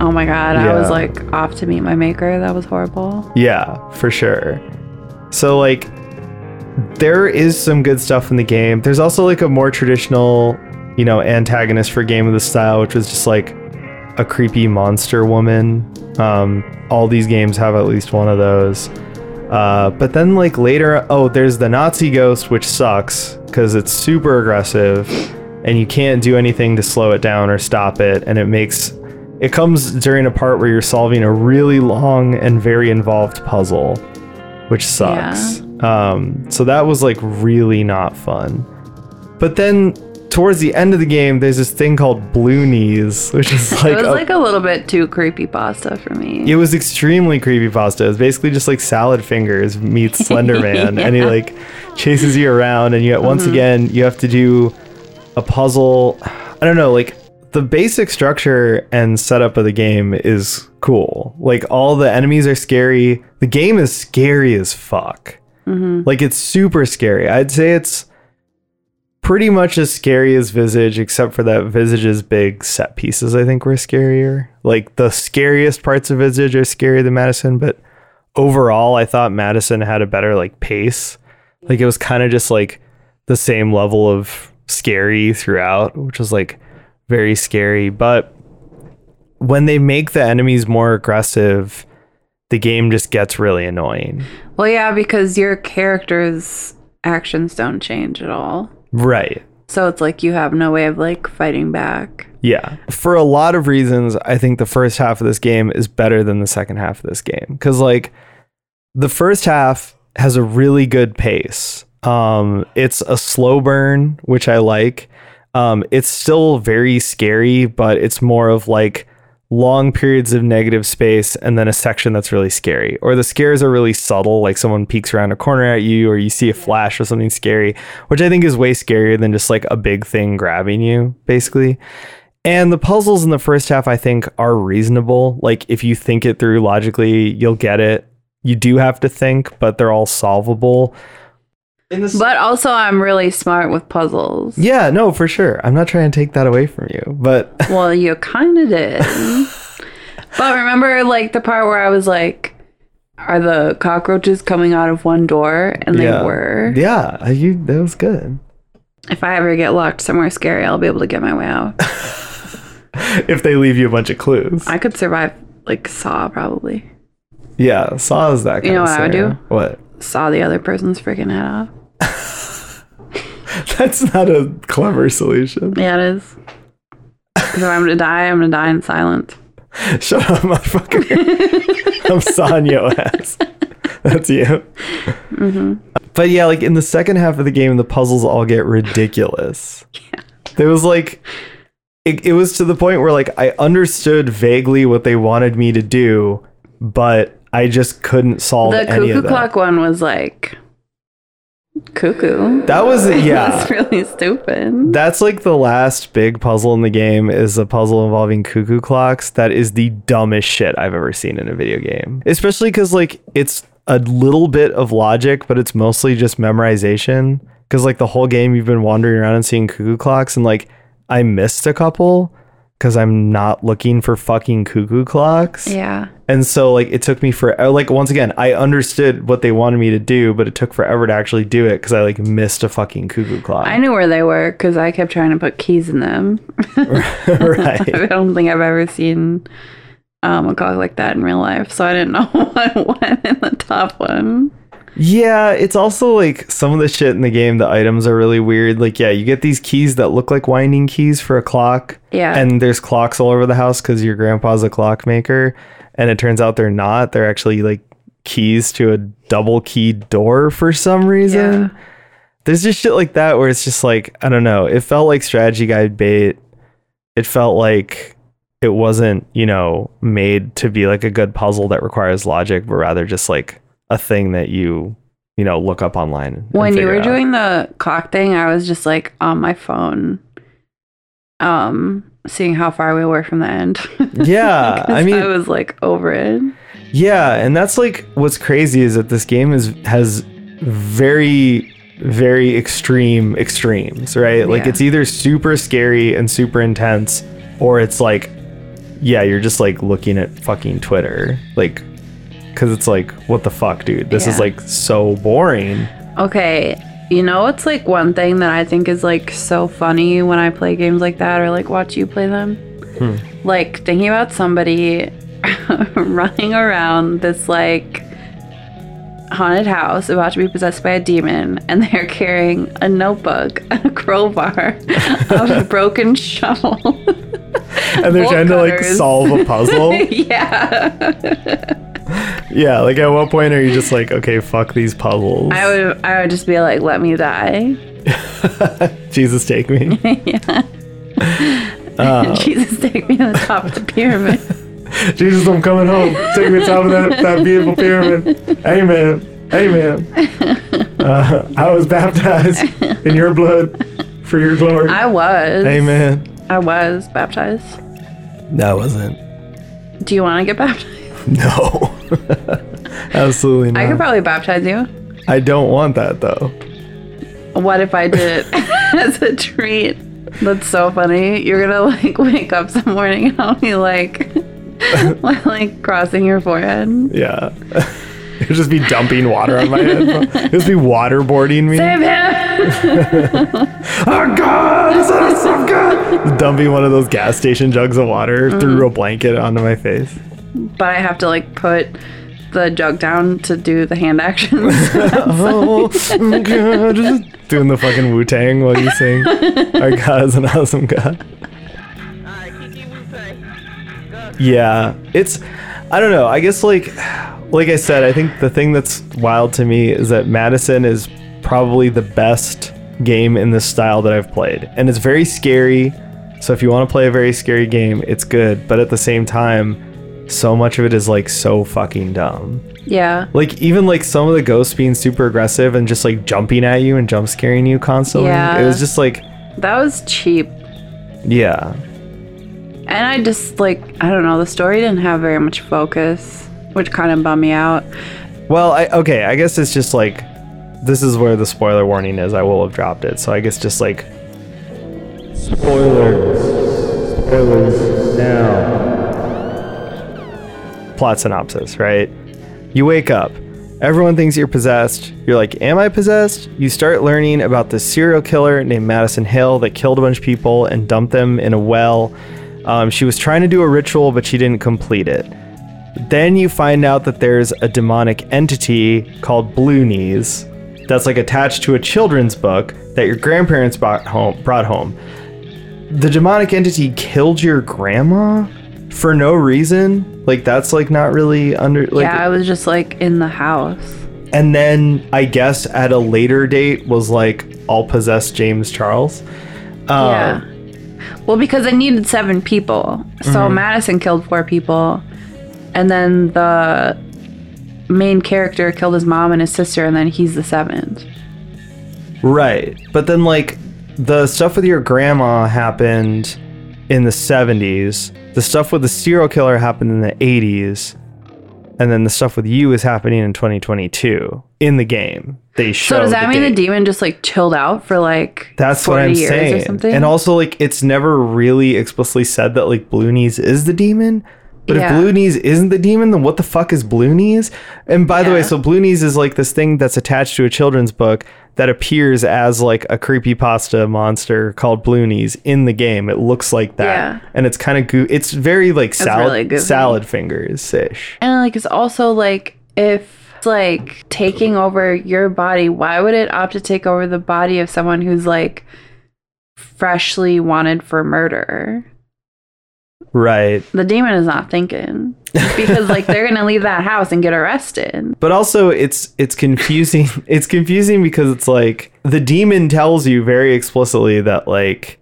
Speaker 2: Oh my god, I was
Speaker 3: Yeah.
Speaker 2: like off to meet my maker. That was horrible.
Speaker 3: Yeah, for sure. So like there is some good stuff in the game. There's also like a more traditional, you know, antagonist for game of the style, which was just like a creepy monster woman. Um, all these games have at least one of those. Uh, but then like later, oh, there's the Nazi ghost, which sucks because it's super aggressive, and you can't do anything to slow it down or stop it, and it makes it comes during a part where you're solving a really long and very involved puzzle, which sucks. Um, so that was like really not fun. But then towards the end of the game, there's this thing called Blue Knees, which is like uh,
Speaker 2: it was
Speaker 3: a-
Speaker 2: like a little bit too creepy pasta for me.
Speaker 3: it was extremely creepypasta. It was basically just like salad fingers meets Slender Man, and he like chases you around, and yet once again you have to do a puzzle. I don't know, like the basic structure and setup of the game is cool. Like all the enemies are scary. The game is scary as fuck. Like it's super scary. I'd say it's pretty much as scary as Visage, except for that Visage's big set pieces, I think, were scarier. Like the scariest parts of Visage are scarier than Madison, but overall, I thought Madison had a better like pace. Like it was kind of just like the same level of scary throughout, which was like very scary. But when they make the enemies more aggressive, the game just gets really annoying.
Speaker 2: Well, yeah, because your character's actions don't change at all.
Speaker 3: Right.
Speaker 2: So it's like you have no way of like fighting back.
Speaker 3: Yeah. For a lot of reasons, I think the first half of this game is better than the second half of this game. Cause like the first half has a really good pace. Um, it's a slow burn, which I like. Um, it's still very scary, but it's more of like long periods of negative space and then a section that's really scary. Or the scares are really subtle, like someone peeks around a corner at you, or you see a flash or something scary, which I think is way scarier than just like a big thing grabbing you, basically. And the puzzles in the first half, I think, are reasonable. Like, if you think it through logically, you'll get it. You do have to think, but they're all solvable. In the
Speaker 2: But also, I'm really smart with puzzles.
Speaker 3: yeah, no, for sure. I'm not trying to take that away from you, but
Speaker 2: Well, you kind of did. but remember, like, the part where I was like, are the cockroaches coming out of one door? And they
Speaker 3: Yeah.
Speaker 2: were.
Speaker 3: yeah, you that was good.
Speaker 2: If I ever get locked somewhere scary, I'll be able to get my way out.
Speaker 3: If they leave you a bunch of clues,
Speaker 2: I could survive, like, Saw probably.
Speaker 3: yeah, Saw is that. Kind
Speaker 2: You know
Speaker 3: of
Speaker 2: what I would
Speaker 3: scenario.
Speaker 2: do?
Speaker 3: What?
Speaker 2: Saw the other person's freaking head off.
Speaker 3: That's not a clever solution.
Speaker 2: Yeah, it is. Because if I'm going to die, I'm going to die in silence.
Speaker 3: Shut up, motherfucker. I'm sawing your ass. That's you.
Speaker 2: Mm-hmm.
Speaker 3: But yeah, like in the second half of the game, the puzzles all get ridiculous. There was like, it, it was to the point where like I understood vaguely what they wanted me to do, but I just couldn't solve
Speaker 2: The
Speaker 3: any
Speaker 2: cuckoo
Speaker 3: of that.
Speaker 2: clock one was like, cuckoo.
Speaker 3: That was yeah.
Speaker 2: That's really stupid.
Speaker 3: That's like the last big puzzle in the game is a puzzle involving cuckoo clocks. That is the dumbest shit I've ever seen in a video game. Especially because like it's a little bit of logic, but it's mostly just memorization. Because like the whole game you've been wandering around and seeing cuckoo clocks, and like I missed a couple because I'm not looking for fucking cuckoo clocks.
Speaker 2: yeah.
Speaker 3: And so like it took me for uh, like once again I understood what they wanted me to do, but it took forever to actually do it because I like missed a fucking cuckoo clock.
Speaker 2: I knew where they were because I kept trying to put keys in them.
Speaker 3: right.
Speaker 2: I don't think I've ever seen um, a clock like that in real life, so I didn't know what went in the top one.
Speaker 3: Yeah, it's also like some of the shit in the game, the items are really weird. Like, yeah, you get these keys that look like winding keys for a clock.
Speaker 2: Yeah.
Speaker 3: And there's clocks all over the house because your grandpa's a clockmaker. And it turns out they're not. They're actually like keys to a double key door for some reason.
Speaker 2: Yeah.
Speaker 3: There's just shit like that where it's just like, I don't know. It felt like strategy guide bait. It felt like it wasn't, you know, made to be like a good puzzle that requires logic, but rather just like a thing that you, you know, look up online. and
Speaker 2: when you
Speaker 3: figure
Speaker 2: were
Speaker 3: out.
Speaker 2: doing the clock thing i was just like on my phone um seeing how far we were from the end
Speaker 3: Yeah, I
Speaker 2: 'Cause
Speaker 3: mean-
Speaker 2: i was like over it
Speaker 3: Yeah, and that's like what's crazy is that this game is has very very extreme extremes, right? Like
Speaker 2: Yeah.
Speaker 3: it's either super scary and super intense or it's like yeah, you're just like looking at fucking Twitter. Like cuz it's like what the fuck, dude? This is
Speaker 2: Yeah.
Speaker 3: like so boring.
Speaker 2: okay you know it's like one thing that i think is like so funny when i play games like that or like watch you play them like thinking about somebody running around this like haunted house about to be possessed by a demon and they're carrying a notebook and a crowbar of a broken shovel
Speaker 3: And they're
Speaker 2: Bolt
Speaker 3: trying to like
Speaker 2: cutters.
Speaker 3: solve a puzzle.
Speaker 2: yeah
Speaker 3: yeah, like at what point are you just like, okay, fuck these puzzles.
Speaker 2: i would i would just be like let me die
Speaker 3: Jesus take me.
Speaker 2: jesus take me to the top of the pyramid
Speaker 1: Jesus, I'm coming home. Take me to top of that, that beautiful pyramid. Amen. Amen. Uh, I was baptized in your blood for your glory.
Speaker 2: i was
Speaker 3: Amen.
Speaker 2: i was baptized
Speaker 3: That wasn't.
Speaker 2: Do you want to get baptized?
Speaker 3: No. Absolutely not.
Speaker 2: I
Speaker 3: I,
Speaker 2: could probably baptize you.
Speaker 3: don't want that though.
Speaker 2: What if I did it as a treat? That's so funny. You're gonna like wake up some morning and I'll be like, like crossing your forehead.
Speaker 3: Yeah. It'd just be dumping water on my head. It'd just be waterboarding me.
Speaker 2: Save him!
Speaker 3: Oh god, is that a sub god? dumping one of those gas station jugs of water
Speaker 2: Mm-hmm.
Speaker 3: through a blanket onto my face.
Speaker 2: But I have to like put the jug down to do the hand actions.
Speaker 3: Oh god. Just doing the fucking Wu Tang while you sing. Our God is an awesome God. Yeah, it's. I don't know. I guess like, like I said, I think the thing that's wild to me is that Madison is probably the best game in this style that I've played, and it's very scary. So if you want to play a very scary game, it's good. But at the same time, so much of it is like so fucking dumb.
Speaker 2: yeah.
Speaker 3: Like even like some of the ghosts being super aggressive and just like jumping at you and jump scaring you constantly.
Speaker 2: Yeah.
Speaker 3: It was just like,
Speaker 2: That was cheap.
Speaker 3: yeah,
Speaker 2: And I just like, I don't know, the story didn't have very much focus, which kind of bummed me out.
Speaker 3: Well, I, okay, I guess it's just like this is where the spoiler warning is. I will have dropped it, so I guess just like spoilers, spoilers now. Plot synopsis, right? You wake up. Everyone thinks you're possessed. You're like, Am I possessed? You start learning about this serial killer named Madison Hill that killed a bunch of people and dumped them in a well. Um, she was trying to do a ritual, but she didn't complete it. Then you find out that there's a demonic entity called Blue Knees that's like attached to a children's book that your grandparents brought home. Brought home. The demonic entity killed your grandma for no reason. Like that's like not really under. Like,
Speaker 2: yeah, I was just like in the house.
Speaker 3: and then I guess at a later date was like I'll possess James Charles. Um,
Speaker 2: Yeah.
Speaker 3: Uh,
Speaker 2: Well, because I needed seven people. So
Speaker 3: Mm-hmm.
Speaker 2: Madison killed four people. And then the main character killed his mom and his sister, and then he's the seventh.
Speaker 3: Right. But then like the stuff with your grandma happened in the 70s. The stuff with the serial killer happened in the 80s. And then the stuff with you is happening in 2022 in the game. They show
Speaker 2: So does that
Speaker 3: the
Speaker 2: mean
Speaker 3: date.
Speaker 2: the demon just like chilled out for like
Speaker 3: That's what
Speaker 2: 40
Speaker 3: I'm
Speaker 2: years
Speaker 3: saying.
Speaker 2: or something?
Speaker 3: And also, like, it's never really explicitly said that, like, Blue Knees is the demon. But
Speaker 2: Yeah.
Speaker 3: if Blue Knees isn't the demon, then what the fuck is Blue Knees? And by the way,
Speaker 2: Yeah.
Speaker 3: so Blue Knees is like this thing that's attached to a children's book that appears as like a creepypasta monster called Blue Knees in the game. It looks like that.
Speaker 2: Yeah.
Speaker 3: And it's kind of goo it's very like salad
Speaker 2: really goofy.
Speaker 3: salad fingers ish.
Speaker 2: And like it's also like if it's like taking over your body, why would it opt to take over the body of someone who's like freshly wanted for murder?
Speaker 3: Right.
Speaker 2: The demon is not thinking because like they're gonna leave that house and get arrested.
Speaker 3: but also it's it's confusing it's confusing because it's like the demon tells you very explicitly that like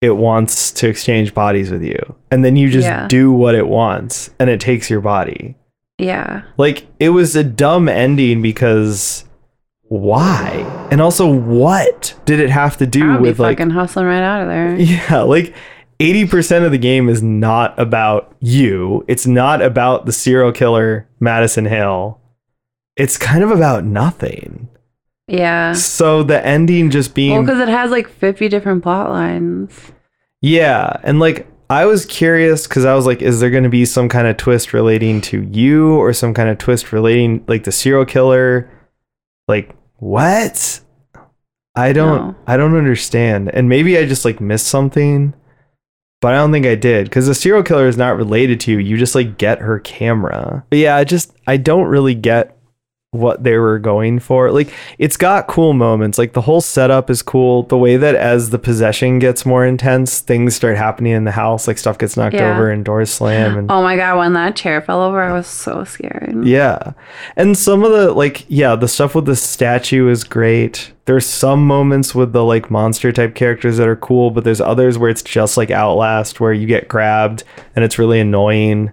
Speaker 3: it wants to exchange bodies with you and then you just
Speaker 2: Yeah.
Speaker 3: do what it wants and it takes your body
Speaker 2: Yeah,
Speaker 3: like it was a dumb ending because why and also what did it have to do
Speaker 2: I'll be
Speaker 3: with like
Speaker 2: fucking hustling right out of there.
Speaker 3: yeah, like 80% of the game is not about you. It's not about the serial killer Madison Hill. It's kind of about nothing.
Speaker 2: Yeah,
Speaker 3: So the ending just
Speaker 2: well,
Speaker 3: being
Speaker 2: because it has like fifty different plot lines.
Speaker 3: Yeah, and like I was curious cuz I was like is there going to be some kind of twist relating to you or some kind of twist relating like the serial killer? Like what? I don't
Speaker 2: No.
Speaker 3: I don't understand. And maybe I just like missed something. But I don't think I did cuz the serial killer is not related to you. You just like get her camera. But yeah, I just I don't really get what they were going for. Like it's got cool moments. Like the whole setup is cool. The way that as the possession gets more intense, things start happening in the house, like stuff gets knocked
Speaker 2: Yeah.
Speaker 3: over and doors slam and
Speaker 2: Oh my god, when that chair fell over, I was so scared.
Speaker 3: yeah. And some of the like yeah, the stuff with the statue is great. There's some moments with the like monster type characters that are cool, but there's others where it's just like Outlast where you get grabbed and it's really annoying.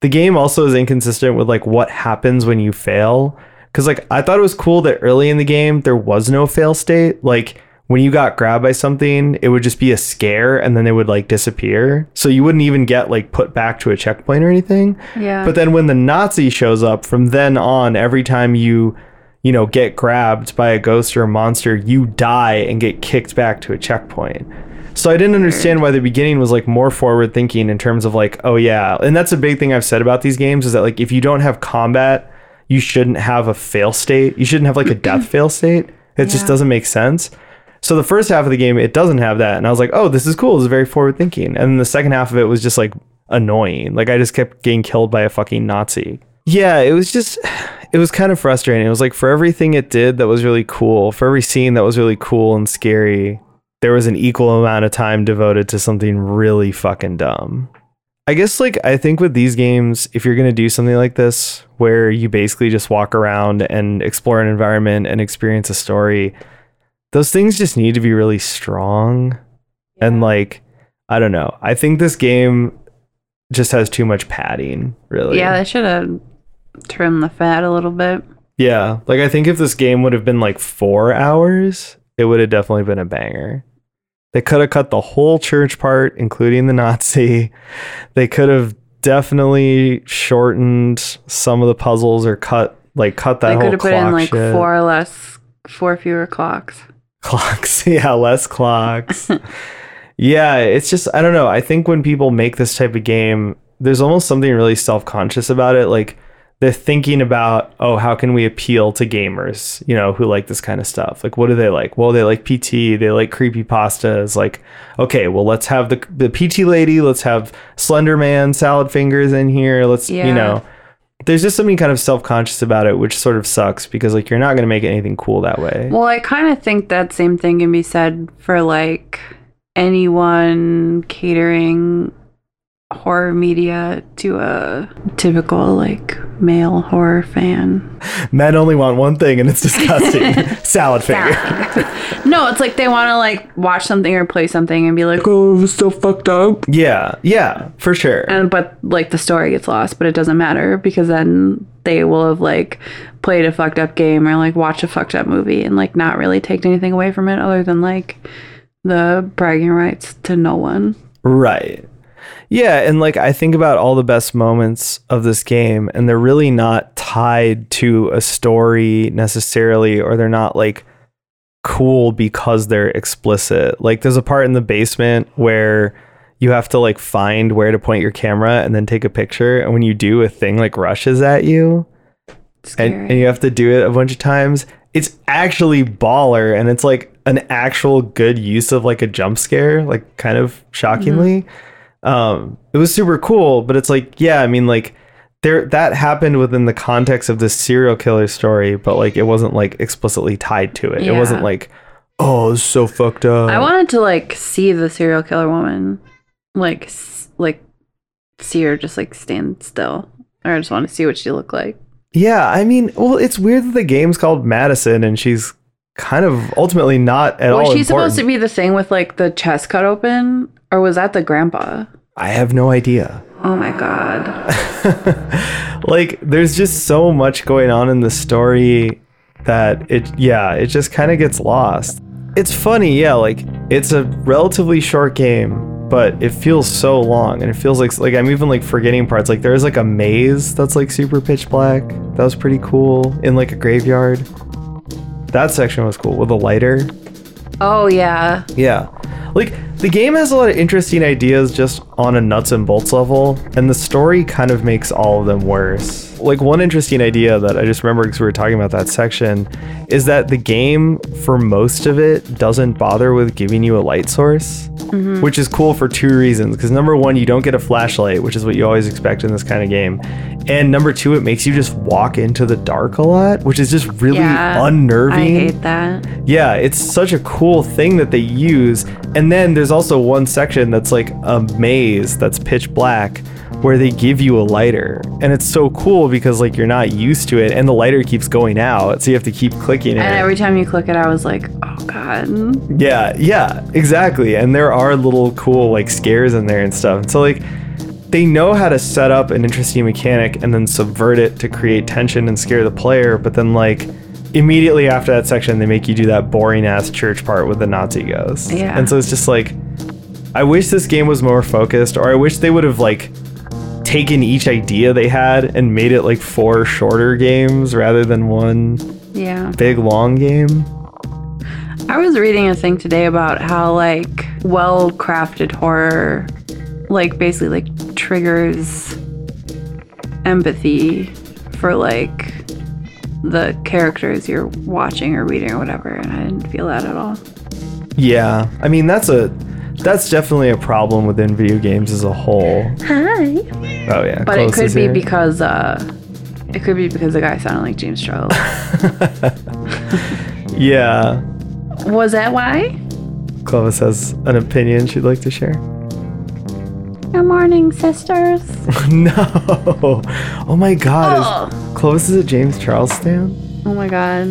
Speaker 3: The game also is inconsistent with like what happens when you fail cuz like I thought it was cool that early in the game there was no fail state. Like when you got grabbed by something, it would just be a scare and then they would like disappear. So you wouldn't even get like put back to a checkpoint or anything.
Speaker 2: Yeah.
Speaker 3: But then when the Nazi shows up, from then on, every time you, you know, get grabbed by a ghost or a monster, you die and get kicked back to a checkpoint. So I didn't understand why the beginning was like more forward thinking in terms of like, oh yeah, and that's a big thing I've said about these games is that like if you don't have combat, you shouldn't have a fail state. You shouldn't have like a death fail state. It just doesn't make sense. So the first half of the game, it doesn't have that. And I was like, oh, this is cool. This is very forward thinking. And then the second half of it was just like annoying. Like I just kept getting killed by a fucking Nazi. Yeah, it was just, it was kind of frustrating. It was like for everything it did that was really cool, for every scene that was really cool and scary, there was an equal amount of time devoted to something really fucking dumb. I guess like I think with these games, if you're gonna do something like this, where you basically just walk around and explore an environment and experience a story, those things just need to be really strong. And like, I don't know. I think this game just has too much padding, really.
Speaker 2: yeah, they should have trimmed the fat a little bit.
Speaker 3: Yeah. Like I think if this game would have been like four hours, it would have definitely been a banger. They could have cut the whole church part, including the Nazi. They could have definitely shortened some of the puzzles or cut like cut that
Speaker 2: they
Speaker 3: whole
Speaker 2: could have put
Speaker 3: clock
Speaker 2: in like
Speaker 3: shit.
Speaker 2: four less, four fewer clocks.
Speaker 3: clocks. yeah, less clocks. yeah, it's just I don't know. I think when people make this type of game, there's almost something really self-conscious about it. Like they're thinking about, oh, how can we appeal to gamers, you know, who like this kind of stuff? Like what do they like? Well, they like PT, they like creepy pastas, like okay, well, let's have the the PT lady, let's have Slender Man, Salad Fingers in here. Let's,
Speaker 2: Yeah.
Speaker 3: you know, there's just something kind of self-conscious about it, which sort of sucks because like you're not going to make anything cool that way.
Speaker 2: Well, I kind of think that same thing can be said for like anyone catering horror media to a typical like male horror fan.
Speaker 3: Men only want one thing, and it's disgusting salad finger.
Speaker 2: No, it's like they want to like watch something or play something and be like, oh,
Speaker 3: Yeah, yeah, for sure.
Speaker 2: and but like the story gets lost, but it doesn't matter because then they will have like played a fucked up game or like watched a fucked up movie and like not really taken anything away from it other than like the bragging rights to no one.
Speaker 3: Right. Yeah, and like I think about all the best moments of this game, and they're really not tied to a story necessarily, or they're not like cool because they're explicit. Like there's a part in the basement where you have to like find where to point your camera and then take a picture, and when you do, a thing like rushes at you. and, and you have to do it a bunch of times. It's actually baller, and it's like an actual good use of like a jump scare, like kind of shockingly.
Speaker 2: Mm-hmm.
Speaker 3: Um, it was super cool, but it's like, yeah, I mean, like there that happened within the context of this serial killer story, but like it wasn't like explicitly tied to it. It wasn't
Speaker 2: Yeah.
Speaker 3: like, oh, it's so fucked up.
Speaker 2: I wanted to like see the serial killer woman. like s- like see her just like stand still. I just want to see what she looked like.
Speaker 3: Yeah, I mean, well, it's weird that the game's called Madison and she's kind of ultimately not at
Speaker 2: was
Speaker 3: all
Speaker 2: she
Speaker 3: important.
Speaker 2: supposed to be the thing with like the chest cut open, or was that the grandpa?
Speaker 3: I have no idea.
Speaker 2: Oh my god!
Speaker 3: like there's just so much going on in the story that it yeah it just kind of gets lost it's funny yeah like it's a relatively short game but it feels so long and it feels like like i'm even like forgetting parts like there's like a maze that's like super pitch black that was pretty cool in like a graveyard that section was cool with a lighter
Speaker 2: Oh yeah,
Speaker 3: yeah. Like, the game has a lot of interesting ideas just on a nuts and bolts level, and the story kind of makes all of them worse. Like, one interesting idea that I just remember because we were talking about that section is that the game, for most of it, doesn't bother with giving you a light source,
Speaker 2: Mm-hmm.
Speaker 3: which is cool for two reasons. Because number one, you don't get a flashlight, which is what you always expect in this kind of game. And number two, it makes you just walk into the dark a lot, which is just really
Speaker 2: yeah.
Speaker 3: unnerving.
Speaker 2: I hate that.
Speaker 3: Yeah, it's such a cool thing that they use. And then there's also one section that's like a maze that's pitch black where they give you a lighter. And it's so cool because like you're not used to it and the lighter keeps going out, so you have to keep clicking it.
Speaker 2: And every time you click it, I was like, oh god.
Speaker 3: Yeah, yeah, exactly. And there are little cool like scares in there and stuff. And so like they know how to set up an interesting mechanic and then subvert it to create tension and scare the player, but then like immediately after that section they make you do that boring ass church part with the Nazi ghost.
Speaker 2: Yeah.
Speaker 3: And so it's just like I wish this game was more focused or I wish they would have like taken each idea they had and made it like four shorter games rather than one
Speaker 2: Yeah.
Speaker 3: big long game.
Speaker 2: I was reading a thing today about how like well crafted horror like basically like triggers empathy for like the characters you're watching or reading or whatever and I didn't feel that at all.
Speaker 3: Yeah, I mean that's a that's definitely a problem within video games as a whole. Hi. Oh yeah,
Speaker 2: But it
Speaker 3: Close
Speaker 2: could
Speaker 3: is
Speaker 2: be
Speaker 3: here.
Speaker 2: because uh it could be because the guy sounded like James Charles.
Speaker 3: yeah.
Speaker 2: Was that why?
Speaker 3: Clovis has an opinion she'd like to share.
Speaker 2: Good morning, sisters.
Speaker 3: no, oh my God,
Speaker 2: Oh.
Speaker 3: is Clovis is a James Charles stan?
Speaker 2: Oh my god.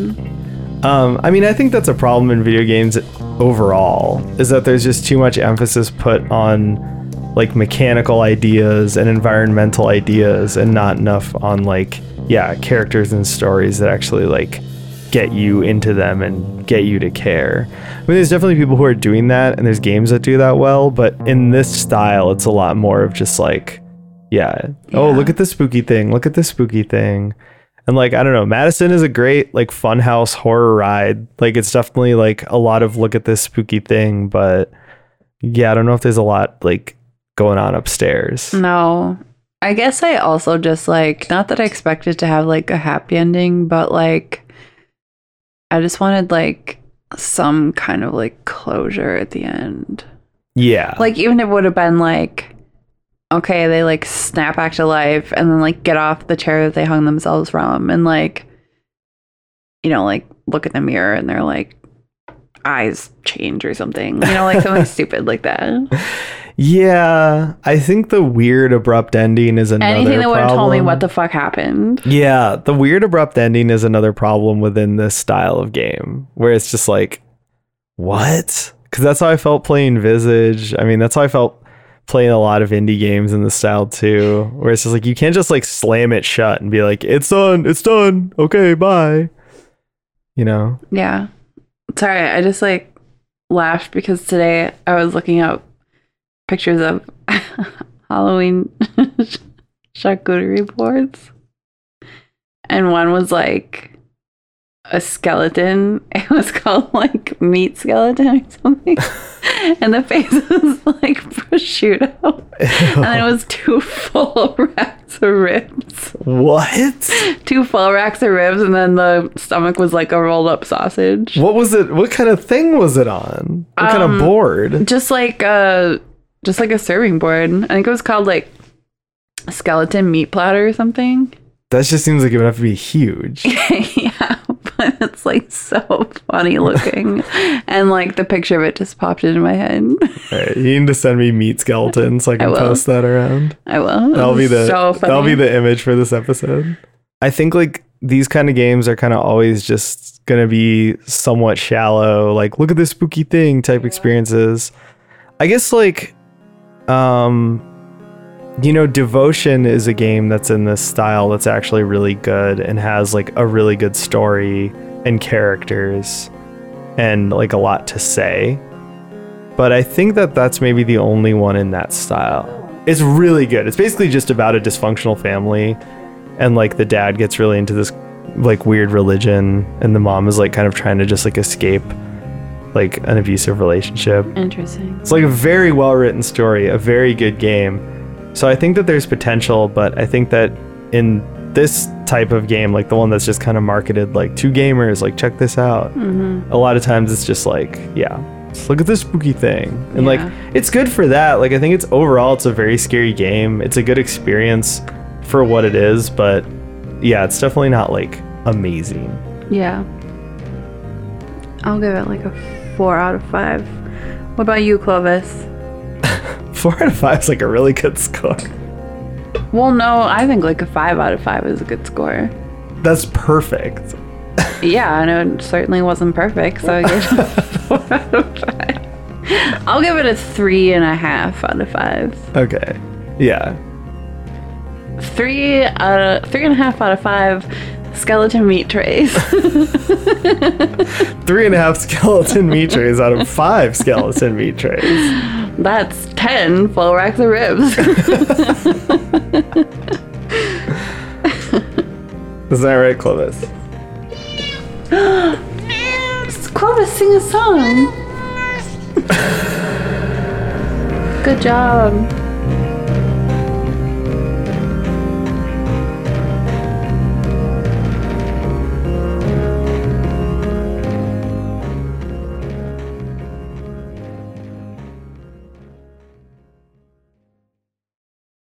Speaker 3: Um, I mean, I think that's a problem in video games overall. Is that there's just too much emphasis put on like mechanical ideas and environmental ideas, and not enough on like yeah characters and stories that actually like get you into them and get you to care. I mean, there's definitely people who are doing that, and there's games that do that well, but in this style, it's a lot more of just like, yeah, oh, look at this spooky thing, look at this spooky thing. And like, I don't know, Madison is a great, like, funhouse horror ride. Like, it's definitely like a lot of look at this spooky thing, but yeah, I don't know if there's a lot like going on upstairs.
Speaker 2: Mm. No. I guess I also just like, not that I expected to have like a happy ending, but like, I just wanted like some kind of like closure at the end.
Speaker 3: Yeah.
Speaker 2: Like, even it would have been like, okay, they like snap back to life and then like get off the chair that they hung themselves from and like, you know, like look in the mirror and they're like, eyes change or something, you know, like something stupid like that.
Speaker 3: yeah. I think the weird abrupt ending is another
Speaker 2: Anything that would have told me
Speaker 3: problem.
Speaker 2: what the fuck happened.
Speaker 3: Yeah, the weird abrupt ending is another problem within this style of game where it's just like, what? Because that's how I felt playing Visage. I mean, that's how I felt playing a lot of indie games in this style too, where it's just like, you can't just like slam it shut and be like, it's done, it's done, okay, bye. You know?
Speaker 2: Yeah. Sorry, I just like laughed because today I was looking up pictures of Halloween charcuterie boards. And one was like a skeleton. It was called like meat skeleton or something. and the face was like prosciutto. and it was two full racks of ribs
Speaker 3: What?
Speaker 2: two full racks of ribs and then the stomach was like a rolled up sausage
Speaker 3: What was it? What kind of thing was it on? What kind of board?
Speaker 2: just like a just like a serving board i think it was called like skeleton meat platter or something
Speaker 3: That just seems like it would have to be huge.
Speaker 2: yeah but it's like so funny looking. and like the picture of it just popped into my head.
Speaker 3: All right, you need to send me meat skeletons so I can
Speaker 2: will.
Speaker 3: post that around.
Speaker 2: I will.
Speaker 3: That'll be the
Speaker 2: so funny.
Speaker 3: that'll be the image for this episode. I think like these kind of games are kind of always just gonna be somewhat shallow, like look at this spooky thing type experiences. I guess like um you know devotion is a game that's in this style that's actually really good and has like a really good story and characters and like a lot to say but I think that that's maybe the only one in that style. It's really good. It's basically just about a dysfunctional family, and like the dad gets really into this like weird religion, and the mom is like kind of trying to just like escape like an abusive relationship.
Speaker 2: Interesting.
Speaker 3: It's like a very well written story, a very good game. So I think that there's potential, but I think that in this type of game, like the one that's just kind of marketed like two gamers, like check this out. A lot of times it's just like, yeah, just look at this spooky thing. And like
Speaker 2: Yeah.
Speaker 3: it's good for that. Like I think it's overall it's a very scary game. It's a good experience for what it is, but yeah, it's definitely not like amazing.
Speaker 2: Yeah. I'll give it like a four out of five. What about you, Clovis?
Speaker 3: Four out of five is like a really good score.
Speaker 2: Well, no, I think like a five out of five is a good score.
Speaker 3: That's perfect.
Speaker 2: Yeah, and it certainly wasn't perfect, so I gave it a four out of five. I'll give it a three and a half out of five.
Speaker 3: Okay. Yeah.
Speaker 2: Three out of three and a half out of five skeleton meat trays.
Speaker 3: three and a half skeleton meat trays out of five skeleton meat trays.
Speaker 2: That's ten full racks of ribs.
Speaker 3: Is that right, Clovis?
Speaker 2: Clovis, sing a song. Good job.